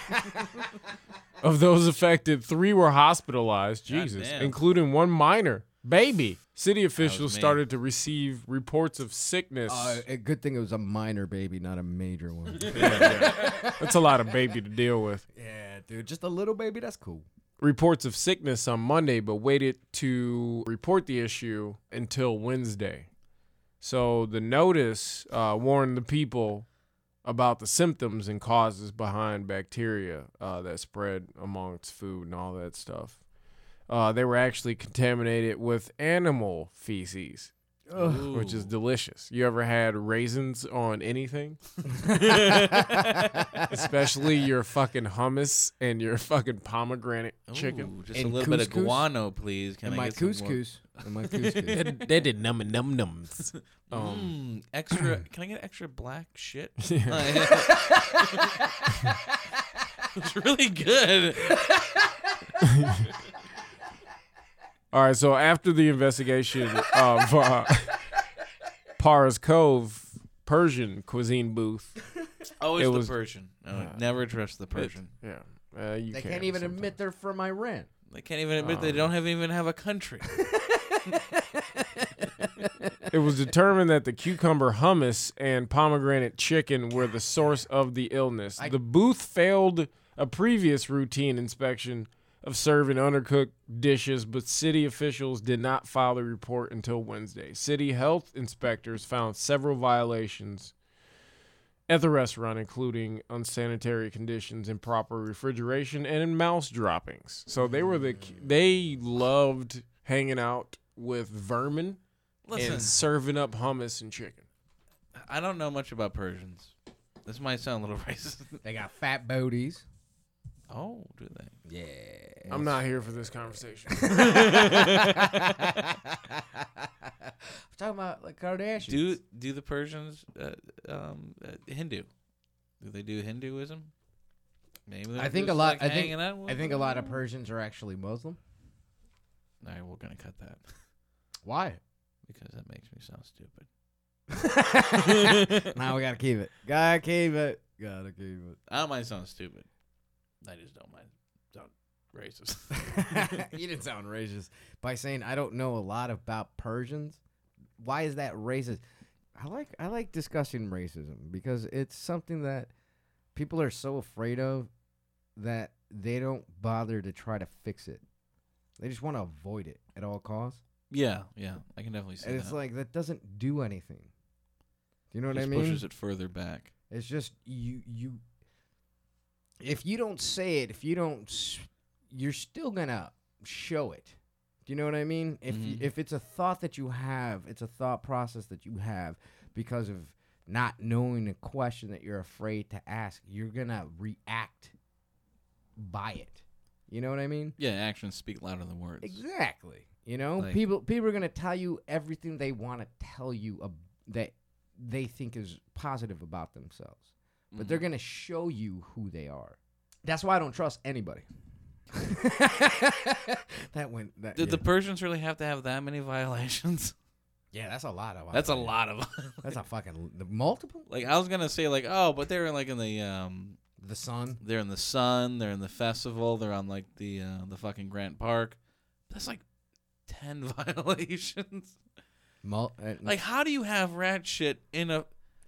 Speaker 2: of those affected, three were hospitalized. Jesus,
Speaker 3: damn.
Speaker 2: including one minor baby. City
Speaker 3: was
Speaker 2: officials
Speaker 3: me.
Speaker 2: started to receive reports of sickness.
Speaker 1: Uh, a good thing it was a minor baby, not a major one.
Speaker 2: That's a lot of baby to deal with.
Speaker 1: yeah, dude, just a little baby. That's cool.
Speaker 2: Reports of sickness on Monday, but waited to report the issue until Wednesday. So the notice uh, warned the people about the symptoms and causes behind bacteria uh, that spread amongst food and all that stuff. Uh, they were actually contaminated with animal feces, which is
Speaker 3: Ooh.
Speaker 2: delicious. You ever had raisins on anything? Especially your fucking hummus and your fucking pomegranate chicken.
Speaker 3: Ooh, just a
Speaker 1: And
Speaker 3: little bit of
Speaker 1: couscous?
Speaker 3: guano, please. Can
Speaker 1: and
Speaker 3: I
Speaker 1: my
Speaker 3: get some more-
Speaker 1: couscous. And my couscous.
Speaker 2: They did num num nums. Um,
Speaker 3: Mm, extra. can I get extra black shit?
Speaker 2: yeah.
Speaker 3: it's really good.
Speaker 2: All right, so after the investigation um, of uh, Paras Cove Persian cuisine booth,
Speaker 3: Always
Speaker 2: It
Speaker 3: the
Speaker 2: was-
Speaker 3: Persian. No,
Speaker 2: Yeah.
Speaker 3: never trust the Persian.
Speaker 2: Yeah. Uh, you
Speaker 1: they can't even admit they're from Iran.
Speaker 3: They can't even admit they
Speaker 2: Um,
Speaker 3: don't have even have a country.
Speaker 2: It was determined that the cucumber hummus and pomegranate chicken were the source of the illness.
Speaker 1: I-
Speaker 2: the booth failed a previous routine inspection of serving undercooked dishes, but city officials did not file the report until Wednesday. City health inspectors found several violations at the restaurant, including unsanitary conditions, improper refrigeration, and mouse droppings. So they were the they loved hanging out with vermin
Speaker 3: Listen,
Speaker 2: and serving up hummus and chicken.
Speaker 3: I don't know much about Persians. This might sound a little racist.
Speaker 1: They got fat booties.
Speaker 3: Oh, do they?
Speaker 1: Yeah.
Speaker 2: I'm not here for this conversation.
Speaker 1: I'm talking about like Kardashians.
Speaker 3: Do do the Persians uh, um, uh, Hindu? Do they do Hinduism? Maybe they're
Speaker 1: I think a
Speaker 3: just,
Speaker 1: lot-
Speaker 3: like,
Speaker 1: I think-
Speaker 3: hanging out with
Speaker 1: I think a lot of
Speaker 3: them.
Speaker 1: Persians are actually Muslim.
Speaker 3: All right, we're gonna cut that
Speaker 1: Why?
Speaker 3: because that makes me sound stupid.
Speaker 1: now we gotta keep it. Gotta keep it. Gotta keep
Speaker 3: I might sound stupid. I just don't mind. Sound racist.
Speaker 1: it. you didn't sound racist by saying I don't know a lot about Persians. Why is that racist? I like I like discussing racism because it's something that people are so afraid of that they don't bother to try to fix it. They just want to avoid it at all costs.
Speaker 3: yeah, yeah, I can definitely see
Speaker 1: And
Speaker 3: that.
Speaker 1: it's like that doesn't do anything. Do you know what
Speaker 3: just
Speaker 1: I mean?
Speaker 3: pushes it further back.
Speaker 1: It's just you you if you don't say it, if you don't s- you're still going to show it. Do you know what I mean? If you,
Speaker 3: Mhm.
Speaker 1: if it's a thought that you have, it's a thought process that you have because of not knowing a question that you're afraid to ask, you're going to react by it. You know what I mean?
Speaker 3: Yeah, actions speak louder than words.
Speaker 1: Exactly. You know,
Speaker 3: Like-
Speaker 1: people people are gonna tell you everything they want to tell you ab- that they think is positive about themselves, but
Speaker 3: Mm-hmm.
Speaker 1: they're gonna show you who they are. That's why I don't trust anybody. that went. That,
Speaker 3: Did
Speaker 1: yeah.
Speaker 3: the Persians really have to have that many violations?
Speaker 1: yeah, that's a lot of.
Speaker 3: That's a lot of.
Speaker 1: That's a fucking the multiple.
Speaker 3: like I was gonna say, like oh, but they're like in the um,
Speaker 1: The sun.
Speaker 3: they're in the sun, they're in the festival, they're on like the uh, the fucking Grant Park. That's like ten violations.
Speaker 1: Mul- uh,
Speaker 2: Mm.
Speaker 3: Like how do you have rat shit in a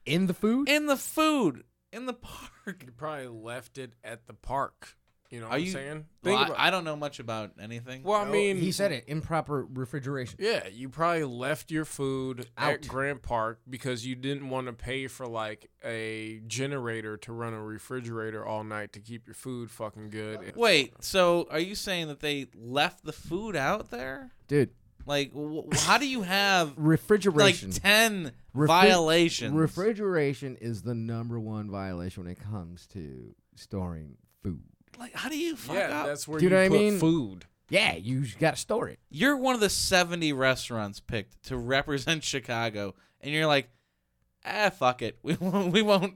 Speaker 1: in the food.
Speaker 3: in the food in the park?
Speaker 2: you probably left it at the park. You know what
Speaker 3: Are
Speaker 2: I'm
Speaker 3: you-
Speaker 2: saying?
Speaker 3: Well,
Speaker 2: Think
Speaker 3: I,
Speaker 2: about-
Speaker 3: I don't know much about anything.
Speaker 2: well, I mean,
Speaker 1: he said it. Improper refrigeration.
Speaker 2: Yeah, you probably left your food
Speaker 1: Out.
Speaker 2: at Grand Park because you didn't want to pay for like a generator to run a refrigerator all night to keep your food fucking good.
Speaker 3: Wait, so are you saying that they left the food out there?
Speaker 1: Dude,
Speaker 3: Like, wh- how do you have like
Speaker 1: refrigeration.
Speaker 3: ten
Speaker 1: Refri-
Speaker 3: violations?
Speaker 1: Refrigeration is the number one violation when it comes to storing food.
Speaker 3: like, how do you fuck
Speaker 2: Yeah,
Speaker 3: up?
Speaker 2: that's where
Speaker 1: Do
Speaker 2: you,
Speaker 1: you know
Speaker 2: put
Speaker 1: what I mean?
Speaker 2: food.
Speaker 1: Yeah, you got to store it.
Speaker 3: You're one of the seventy restaurants picked to represent Chicago, and you're like, ah, fuck it, we won't, we won't.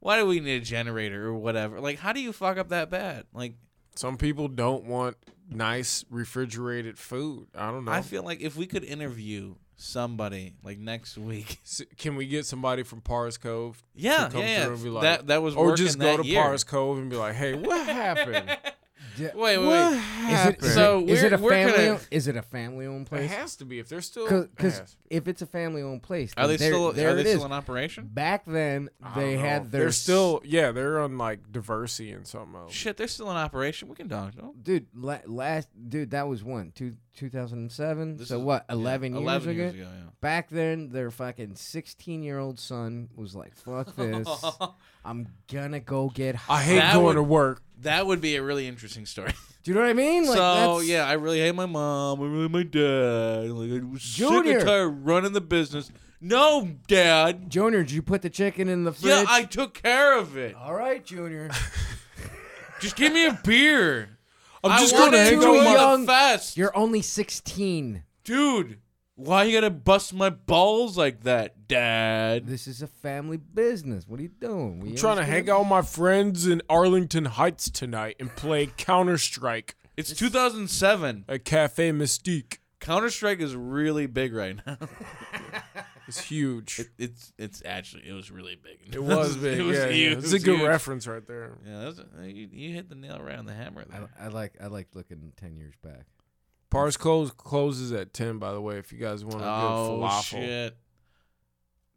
Speaker 3: Why do we need a generator or whatever? Like, how do you fuck up that bad? Like,
Speaker 2: Some people don't want nice refrigerated food. I don't know.
Speaker 3: I feel like if we could interview somebody like next week,
Speaker 2: S- Can we get somebody from Pars Cove?
Speaker 3: yeah,
Speaker 2: come
Speaker 3: yeah,
Speaker 2: through and be like-
Speaker 3: that that was
Speaker 2: Or
Speaker 3: working
Speaker 2: just go
Speaker 3: that
Speaker 2: to
Speaker 3: year.
Speaker 2: Pars Cove and be like, hey, what happened?
Speaker 3: Wait, wait,
Speaker 2: What
Speaker 3: wait.
Speaker 1: Is it,
Speaker 2: happened?
Speaker 1: is
Speaker 3: So
Speaker 1: it- is
Speaker 3: we're-
Speaker 1: it a
Speaker 3: we're gonna-
Speaker 1: family? owned is it a family owned
Speaker 2: it
Speaker 1: place?
Speaker 2: has to be. If they're still. it
Speaker 1: Because
Speaker 2: has to be.
Speaker 1: if it's a family owned place,
Speaker 3: Are they
Speaker 1: then there-
Speaker 3: still
Speaker 1: There
Speaker 3: are they
Speaker 1: it is.
Speaker 3: still in operation?
Speaker 1: Back then,
Speaker 2: I
Speaker 1: they
Speaker 2: don't know.
Speaker 1: had their
Speaker 2: They're
Speaker 1: s-
Speaker 2: still. Yeah, they're on like diversity and something else.
Speaker 3: Shit, they're still in operation. We can dog them.
Speaker 1: dude. La- last dude, that was one two two thousand and seven.
Speaker 3: This
Speaker 1: So
Speaker 3: is-
Speaker 1: what? Eleven, years,
Speaker 3: Eleven
Speaker 1: ago?
Speaker 3: years ago.
Speaker 1: Back then, their fucking sixteen-year-old son was like, "Fuck this,
Speaker 3: yeah.
Speaker 1: I'm gonna go get."
Speaker 2: I
Speaker 1: High.
Speaker 2: hate
Speaker 3: That
Speaker 2: going
Speaker 3: would-
Speaker 2: to work.
Speaker 3: that would be a really interesting story.
Speaker 1: Do you know what I mean? Like,
Speaker 3: so
Speaker 1: that's-
Speaker 3: yeah, I really hate my mom. I really hate my dad. Like, I'm sick
Speaker 1: Junior.
Speaker 3: and tired of running the business. No, dad.
Speaker 1: Junior, did you put the chicken in the fridge?
Speaker 3: Yeah, I took care of it.
Speaker 1: All right, Junior.
Speaker 3: Just give me a beer.
Speaker 2: I'm just
Speaker 3: I
Speaker 2: going
Speaker 3: wanted
Speaker 1: wanted
Speaker 2: to hang
Speaker 1: to
Speaker 2: out with
Speaker 1: young-
Speaker 2: my
Speaker 3: the fest,
Speaker 1: You're only sixteen.
Speaker 3: dude. Why you gotta bust my balls like that, dad?
Speaker 1: This is a family business. What are you doing? We
Speaker 2: I'm trying to hang out with my friends in Arlington Heights tonight and play Counter Strike
Speaker 3: It's 2007.
Speaker 2: at Cafe Mystique.
Speaker 3: Counter Strike is really big right now.
Speaker 2: It's huge.
Speaker 3: It, it's it's actually it was really big.
Speaker 2: It was big.
Speaker 3: it was
Speaker 2: yeah,
Speaker 3: huge.
Speaker 2: yeah. It's a good
Speaker 3: huge.
Speaker 2: reference right there.
Speaker 3: Yeah, that was, you, you hit the nail right on the hammer there.
Speaker 1: I, I like I like looking ten years back.
Speaker 2: Pars close closes at ten. By the way, if you guys want a good
Speaker 3: Oh
Speaker 2: falafel,
Speaker 3: shit!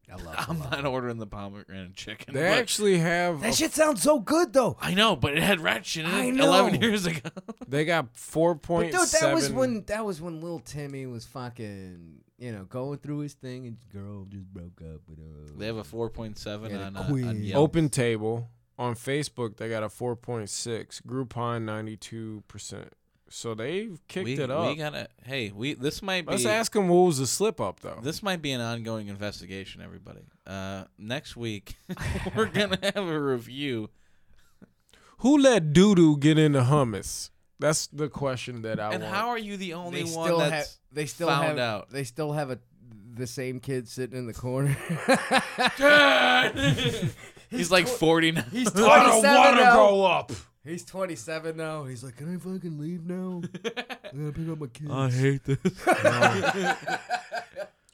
Speaker 1: I love.
Speaker 3: I'm
Speaker 1: falafel.
Speaker 3: not ordering the pomegranate chicken.
Speaker 2: they
Speaker 3: but-
Speaker 2: actually have. a-
Speaker 1: That shit sounds so good though.
Speaker 3: I know, but it had ratchet in
Speaker 1: I
Speaker 3: it
Speaker 1: know.
Speaker 3: eleven years ago.
Speaker 2: they got four point
Speaker 1: But dude, that was
Speaker 2: seven.
Speaker 1: when that was when little Timmy was fucking you know going through his thing and his girl just broke up with her.
Speaker 3: They have a 4.7
Speaker 1: Yeah,
Speaker 3: on,
Speaker 1: the
Speaker 3: uh,
Speaker 1: quiz.
Speaker 3: on Yelp.
Speaker 2: Open table on Facebook, they got a four point six. Groupon ninety two percent. So they've kicked
Speaker 3: we,
Speaker 2: it up.
Speaker 3: We gotta. Hey, we this might be
Speaker 2: Let's ask them what was the slip up though.
Speaker 3: this might be an ongoing investigation. Everybody, uh, next week we're gonna have a review.
Speaker 2: Who let Doodoo get into hummus? That's the question that I
Speaker 3: and
Speaker 2: want.
Speaker 3: how are you the only
Speaker 1: they
Speaker 3: one
Speaker 1: still have
Speaker 3: that's
Speaker 1: they still
Speaker 3: found
Speaker 1: have
Speaker 3: out?
Speaker 1: they still have a the same kid sitting in the corner.
Speaker 3: He's like 49.
Speaker 1: He's
Speaker 2: I don't
Speaker 1: 27
Speaker 2: want to
Speaker 1: now.
Speaker 2: grow up.
Speaker 1: He's 27 now. He's like, can I fucking leave now? I'm gonna pick up my kids.
Speaker 3: hate this.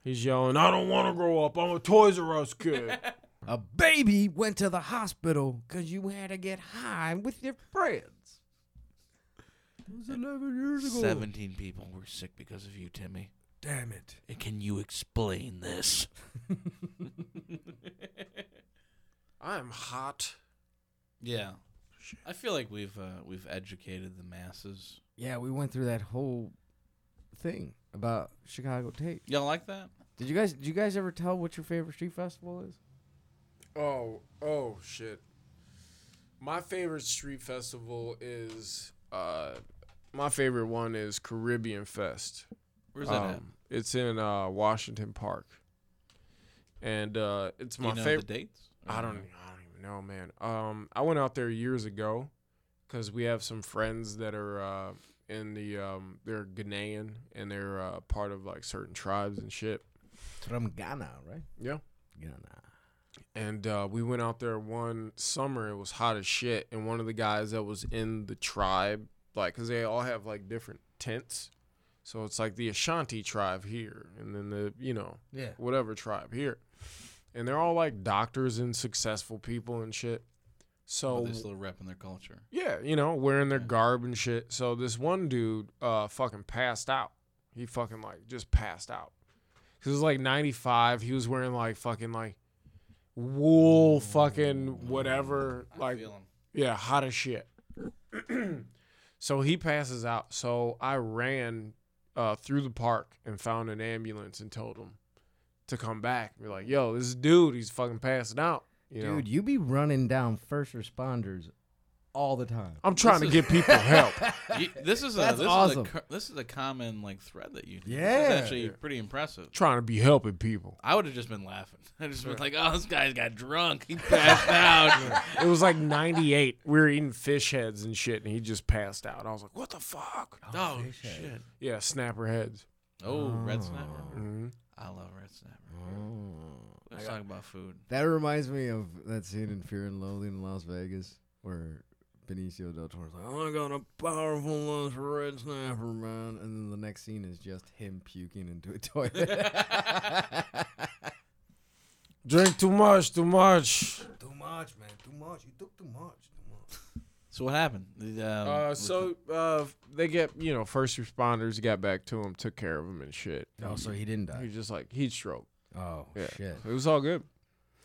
Speaker 2: He's yelling, I don't want to grow up. I'm a Toys R Us kid.
Speaker 1: a baby went to the hospital because you had to get high with your friends. It was 11 years ago.
Speaker 3: 17 people were sick because of you, Timmy.
Speaker 1: Damn it.
Speaker 3: And Can you explain this?
Speaker 2: I'm hot.
Speaker 3: Yeah. I feel like we've uh, we've educated the masses.
Speaker 1: Yeah, we went through that whole thing about Chicago tape.
Speaker 3: Y'all like that?
Speaker 1: Did you guys? Did you guys ever tell what your favorite street festival is?
Speaker 2: Oh, oh shit. My favorite street festival is uh my favorite one is Caribbean Fest.
Speaker 3: Where's that at?
Speaker 2: Um, It's in uh Washington Park. And uh it's
Speaker 3: Do you
Speaker 2: my
Speaker 3: know
Speaker 2: favorite
Speaker 3: the dates?
Speaker 2: I don't I don't even know, man. Um I went out there years ago cuz we have some friends that are uh in the um they're Ghanaian and they're uh part of like certain tribes and shit.
Speaker 1: It's from Ghana, right?
Speaker 2: Yeah.
Speaker 1: Ghana.
Speaker 2: and uh, we went out there one summer. It was hot as shit, and one of the guys that was in the tribe, like, cause they all have like different tents, so it's like the Ashanti tribe here, and then the you know
Speaker 1: Yeah.
Speaker 2: whatever tribe here, and they're all like doctors and successful people and shit. So
Speaker 3: Oh, they're still repping their culture.
Speaker 2: yeah, you know, wearing their
Speaker 3: Yeah.
Speaker 2: garb and shit. So this one dude uh fucking passed out. He fucking like just passed out. 'Cause it was like 95. He was wearing like fucking like wool fucking whatever like yeah, hot as shit. so he passes out. So I ran uh, through the park and found an ambulance and told him to come back. Be like, "Yo, this dude, he's fucking passing out." You know?
Speaker 1: Dude, you be running down first responders all the time.
Speaker 2: I'm trying to
Speaker 3: is-
Speaker 2: get people help.
Speaker 3: You- this is a
Speaker 1: That's
Speaker 3: this
Speaker 1: awesome.
Speaker 3: is a co- this is a common like thread that you do.
Speaker 1: Yeah.
Speaker 3: this is actually pretty impressive.
Speaker 2: trying to be helping people.
Speaker 3: I would have just been laughing. I'd just been like, "Oh, this guy's got drunk. He passed out."
Speaker 2: It was like 98. We were eating fish heads and shit, and he just passed out. I was like, what the fuck?
Speaker 3: oh
Speaker 1: fish head.
Speaker 3: shit!
Speaker 2: Yeah, snapper heads.
Speaker 3: Oh, red snapper.
Speaker 2: hmm
Speaker 3: I love red snapper.
Speaker 1: Oh.
Speaker 3: Let's talk about food.
Speaker 1: That reminds me of that scene in Fear and Loathing in Las Vegas where Benicio del Toro's like, "Oh, I got a powerful ass red snapper, man," and then the next scene is just him puking into a toilet.
Speaker 2: Drink too much, too much.
Speaker 1: too much, man. Too much. You took too much. Too much.
Speaker 3: So what happened? The, um,
Speaker 2: Uh,
Speaker 3: was
Speaker 2: so uh, they get, you know, first responders got back to him, took care of him and shit.
Speaker 1: Oh, so he didn't
Speaker 2: He
Speaker 1: die.
Speaker 2: was just like heat stroke.
Speaker 1: Oh
Speaker 2: Yeah.
Speaker 1: shit,
Speaker 2: It was all good.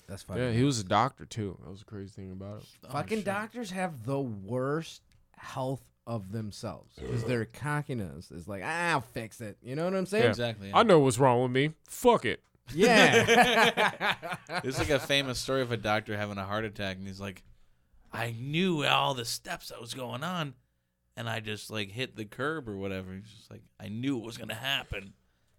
Speaker 1: that's fucking.
Speaker 2: Yeah, he was a doctor too. That was the crazy thing about it.
Speaker 3: the- oh,
Speaker 1: fucking
Speaker 3: shit.
Speaker 1: doctors have the worst health of themselves because their cockiness is like, "Ah, I'll fix it. You know what I'm saying?
Speaker 3: Exactly.
Speaker 2: I know what's wrong with me. Fuck it.
Speaker 1: Yeah.
Speaker 3: There's like a famous story of a doctor having a heart attack, and he's like, "I knew all the steps that was going on, and I just like hit the curb or whatever." He's just like, "I knew it was gonna happen."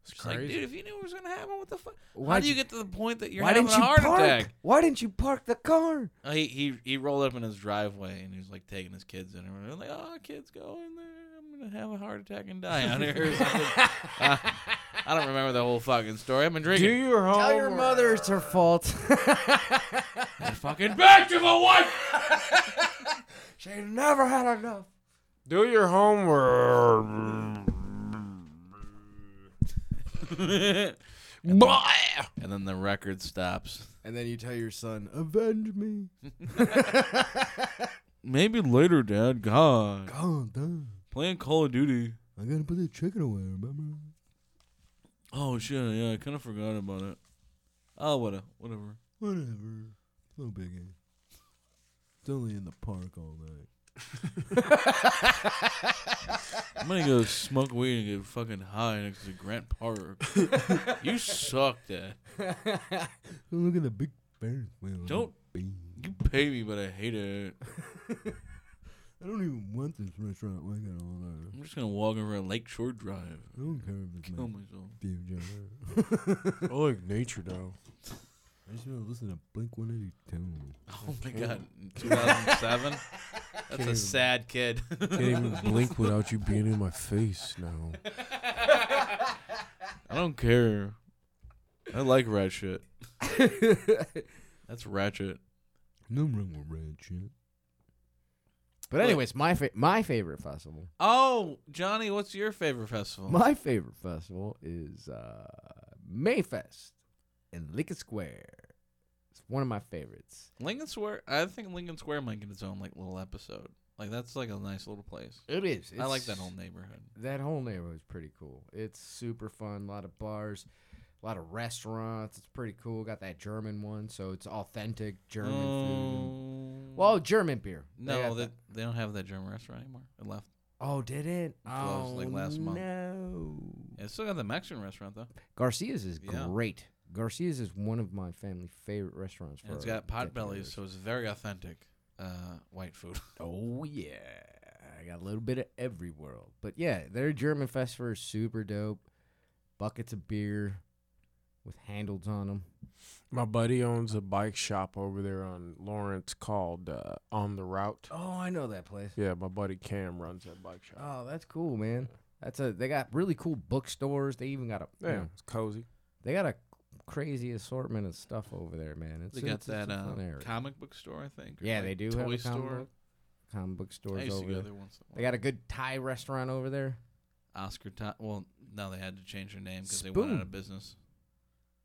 Speaker 3: It's just like,
Speaker 2: crazy.
Speaker 3: dude, if you knew it was gonna happen, what the fuck? How
Speaker 1: Why'd
Speaker 3: do you
Speaker 1: you-
Speaker 3: get to the point that you're
Speaker 1: Why
Speaker 3: having
Speaker 1: didn't
Speaker 3: a
Speaker 1: you
Speaker 3: heart
Speaker 1: park?
Speaker 3: attack?
Speaker 1: Why didn't you park the car?
Speaker 3: Uh, He, he he rolled up in his driveway and he was like taking his kids in, and like, "Oh, kids, go in there. I'm gonna have a heart attack and die out here." Or something. Uh, I don't remember the whole fucking story. I've been
Speaker 2: Do
Speaker 3: drinking.
Speaker 2: your homework.
Speaker 1: Tell your mother it's her fault.
Speaker 3: fucking back to my wife.
Speaker 1: she never had enough.
Speaker 2: Do your homework.
Speaker 3: and then the record stops.
Speaker 1: And then you tell your son, "Avenge me."
Speaker 3: Maybe later, Dad. God,
Speaker 1: God damn!
Speaker 3: playing Call of Duty.
Speaker 1: I gotta put that chicken away. Remember?
Speaker 3: Oh shit, yeah, I kind of forgot about it. Oh, whatever, whatever.
Speaker 1: Whatever. No biggie. It's only in the park all night.
Speaker 3: I'm gonna go smoke weed and get fucking high next to Grant Park. you suck, Dad.
Speaker 1: Look at the big Ferris wheel.
Speaker 3: Don't- You pay me, but I hate it.
Speaker 1: I don't even want this restaurant like it all night.
Speaker 3: I'm just gonna walk over a Lakeshore Drive.
Speaker 1: I don't care if it's
Speaker 3: Kill myself.
Speaker 1: Steve Jobs.
Speaker 2: I like nature though.
Speaker 1: I just want to listen to Blink 182.
Speaker 3: Oh my god, 2007. That's a sad kid.
Speaker 2: Can't even blink without you being in my face now.
Speaker 3: I don't care. I like rat shit. That's ratchet.
Speaker 1: No wrong with red shit. But
Speaker 3: Look.
Speaker 1: anyways, my fa- my favorite festival.
Speaker 3: Oh, Johnny, what's your favorite festival?
Speaker 1: My favorite festival is uh, Mayfest in Lincoln Square. It's one of my favorites.
Speaker 3: Lincoln Square. I think Lincoln Square might get its own like little episode. Like that's like a nice little place.
Speaker 1: It is.
Speaker 3: I like that
Speaker 1: It's-
Speaker 3: whole neighborhood.
Speaker 1: that whole neighborhood's pretty cool. It's super fun. A lot of bars, a lot of restaurants. It's pretty cool. Got that German one, so it's authentic German food.
Speaker 3: Um,
Speaker 1: Well, German beer. They
Speaker 3: no,
Speaker 1: got
Speaker 3: they,
Speaker 1: that.
Speaker 3: they don't have that German restaurant anymore. It left.
Speaker 1: Oh, did it? Oh,
Speaker 3: Closed, like, last
Speaker 1: no.
Speaker 3: month. It's still got the Mexican restaurant though,
Speaker 1: Garcia's is
Speaker 3: Yeah.
Speaker 1: great. Garcia's is one of my family favorite restaurants.
Speaker 3: and it's
Speaker 1: for
Speaker 3: got pot bellies,
Speaker 1: decades.
Speaker 3: so it's very authentic uh, white food.
Speaker 1: Oh yeah, I got a little bit of every world, but yeah, their German festival is super dope. Buckets of beer with handles on them.
Speaker 2: My buddy owns a bike shop over there on Lawrence called uh, On the Route.
Speaker 1: Oh, I know that place.
Speaker 2: Yeah, my buddy Cam runs that bike shop.
Speaker 1: Oh, that's cool, man. That's a. They got really cool bookstores. They even got a. you
Speaker 2: yeah,
Speaker 1: know,
Speaker 2: it's cozy.
Speaker 1: they got a crazy assortment of stuff over there, man. It's
Speaker 3: They got
Speaker 1: it's- it's
Speaker 3: that
Speaker 1: a
Speaker 3: uh,
Speaker 1: fun area.
Speaker 3: comic book store, I think. or,
Speaker 1: yeah,
Speaker 3: like,
Speaker 1: they do
Speaker 3: Toy
Speaker 1: have a comic
Speaker 3: store.
Speaker 1: book, comic book
Speaker 3: I
Speaker 1: stores
Speaker 3: used
Speaker 1: over
Speaker 3: to go
Speaker 1: there.
Speaker 3: there once. in a
Speaker 1: They
Speaker 3: while.
Speaker 1: got a good Thai restaurant over there.
Speaker 3: Oscar Tide. Well, no, they had to change their name because they went out of
Speaker 1: Spoon.
Speaker 3: business.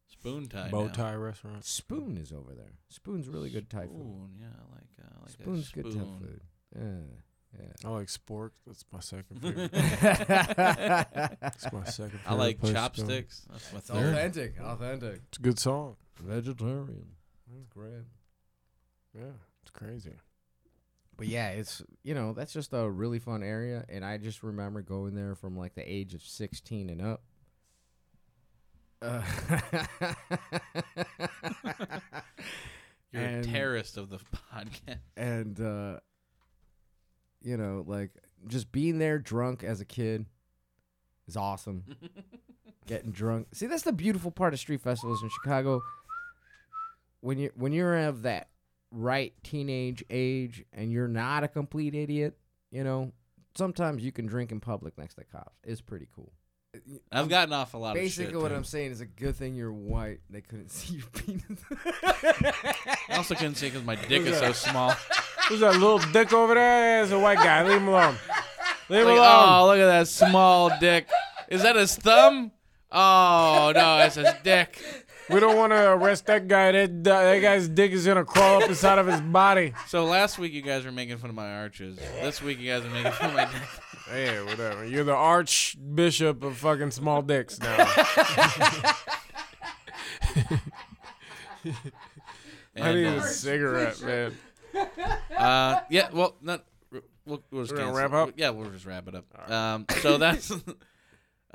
Speaker 3: Spoon Tide.
Speaker 2: Bow
Speaker 3: now.
Speaker 2: tie restaurant.
Speaker 1: Spoon is over there. Spoon's really good Thai food.
Speaker 3: Spoon, yeah, I like uh, I like
Speaker 1: Spoon's
Speaker 3: a spoon.
Speaker 1: good Thai food. Yeah, yeah.
Speaker 2: I like spork. That's my second favorite. That's my second.
Speaker 3: I
Speaker 2: favorite
Speaker 3: like
Speaker 2: place to go.
Speaker 3: chopsticks. That's my
Speaker 2: all
Speaker 3: third.
Speaker 1: authentic.
Speaker 2: It's a good song.
Speaker 1: Vegetarian. That's great.
Speaker 2: Yeah, it's crazy.
Speaker 1: But yeah, it's you know that's just a really fun area, and I just remember going there from like the age of sixteen and up. Uh,
Speaker 3: You're a
Speaker 1: And-
Speaker 3: terrorist of the podcast.
Speaker 1: and uh, you know, like just being there drunk as a kid is awesome. Getting drunk. See, that's the beautiful part of street festivals in Chicago. When you when you're of that right teenage age and you're not a complete idiot, you know, sometimes you can drink in public next to cops. It's pretty cool.
Speaker 3: I've gotten off a lot
Speaker 1: Basically,
Speaker 3: of shit.
Speaker 1: what
Speaker 3: too.
Speaker 1: I'm saying is a good thing you're white. They couldn't see your penis.
Speaker 3: I also couldn't say because my dick is so small.
Speaker 2: Who's that little dick over there? It's a white guy. Leave him alone. Leave him
Speaker 3: Like,
Speaker 2: alone.
Speaker 3: oh, look at that small dick. Is that his thumb? Oh no, it's his dick.
Speaker 2: We don't want to arrest that guy. That, that guy's dick is gonna crawl up inside of his body.
Speaker 3: So last week you guys were making fun of my arches. This week you guys are making fun of my dick.
Speaker 2: Hey, whatever. You're the archbishop of fucking small dicks now. I
Speaker 3: And,
Speaker 2: need
Speaker 3: uh,
Speaker 2: a cigarette, man.
Speaker 3: Uh, yeah. Well, not. We'll, we'll just
Speaker 2: We're gonna
Speaker 3: cancel.
Speaker 2: wrap up?
Speaker 3: Yeah, we'll just wrap it up. Um, so that's.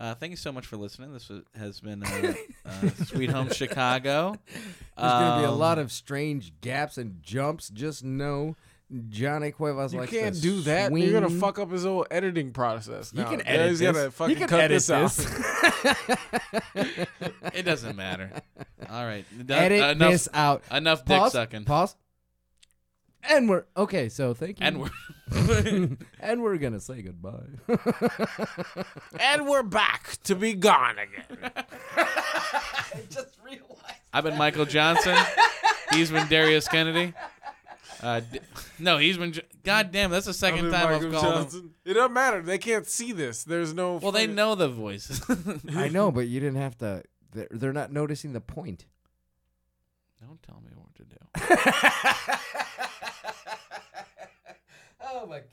Speaker 3: Uh, thank you so much for listening. This was, has been uh, uh, Sweet Home Chicago.
Speaker 1: There's gonna be a
Speaker 3: Um,
Speaker 1: lot of strange gaps and jumps. Just know Johnny Cuevas
Speaker 2: You
Speaker 1: likes to
Speaker 2: can't do that. You're gonna
Speaker 1: swing.
Speaker 2: fuck up his whole editing process.
Speaker 1: You
Speaker 2: now.
Speaker 1: can
Speaker 2: Yeah,
Speaker 1: edit
Speaker 2: He's
Speaker 1: this.
Speaker 2: gonna
Speaker 1: You
Speaker 2: fucking
Speaker 1: can
Speaker 2: cut
Speaker 1: edit
Speaker 2: this out.
Speaker 3: Um, It doesn't matter. All right. That-
Speaker 1: Edit
Speaker 3: enough,
Speaker 1: this out.
Speaker 3: Enough dick
Speaker 1: Pause.
Speaker 3: sucking.
Speaker 1: Pause. And we're okay. So thank you.
Speaker 3: And we're
Speaker 1: and we're gonna say goodbye.
Speaker 2: and we're back to be gone again.
Speaker 3: I've been Michael Johnson. He's been Darius Kennedy. Uh, d- no, he's been. J- God damn, that's the second time I've called him.
Speaker 2: It doesn't matter. They can't see this. There's no.
Speaker 3: Well, they
Speaker 2: fucking-
Speaker 3: know the voices.
Speaker 1: I know, but you didn't have to They're, they're not noticing the point.
Speaker 2: Don't tell me what to do.
Speaker 1: oh my god.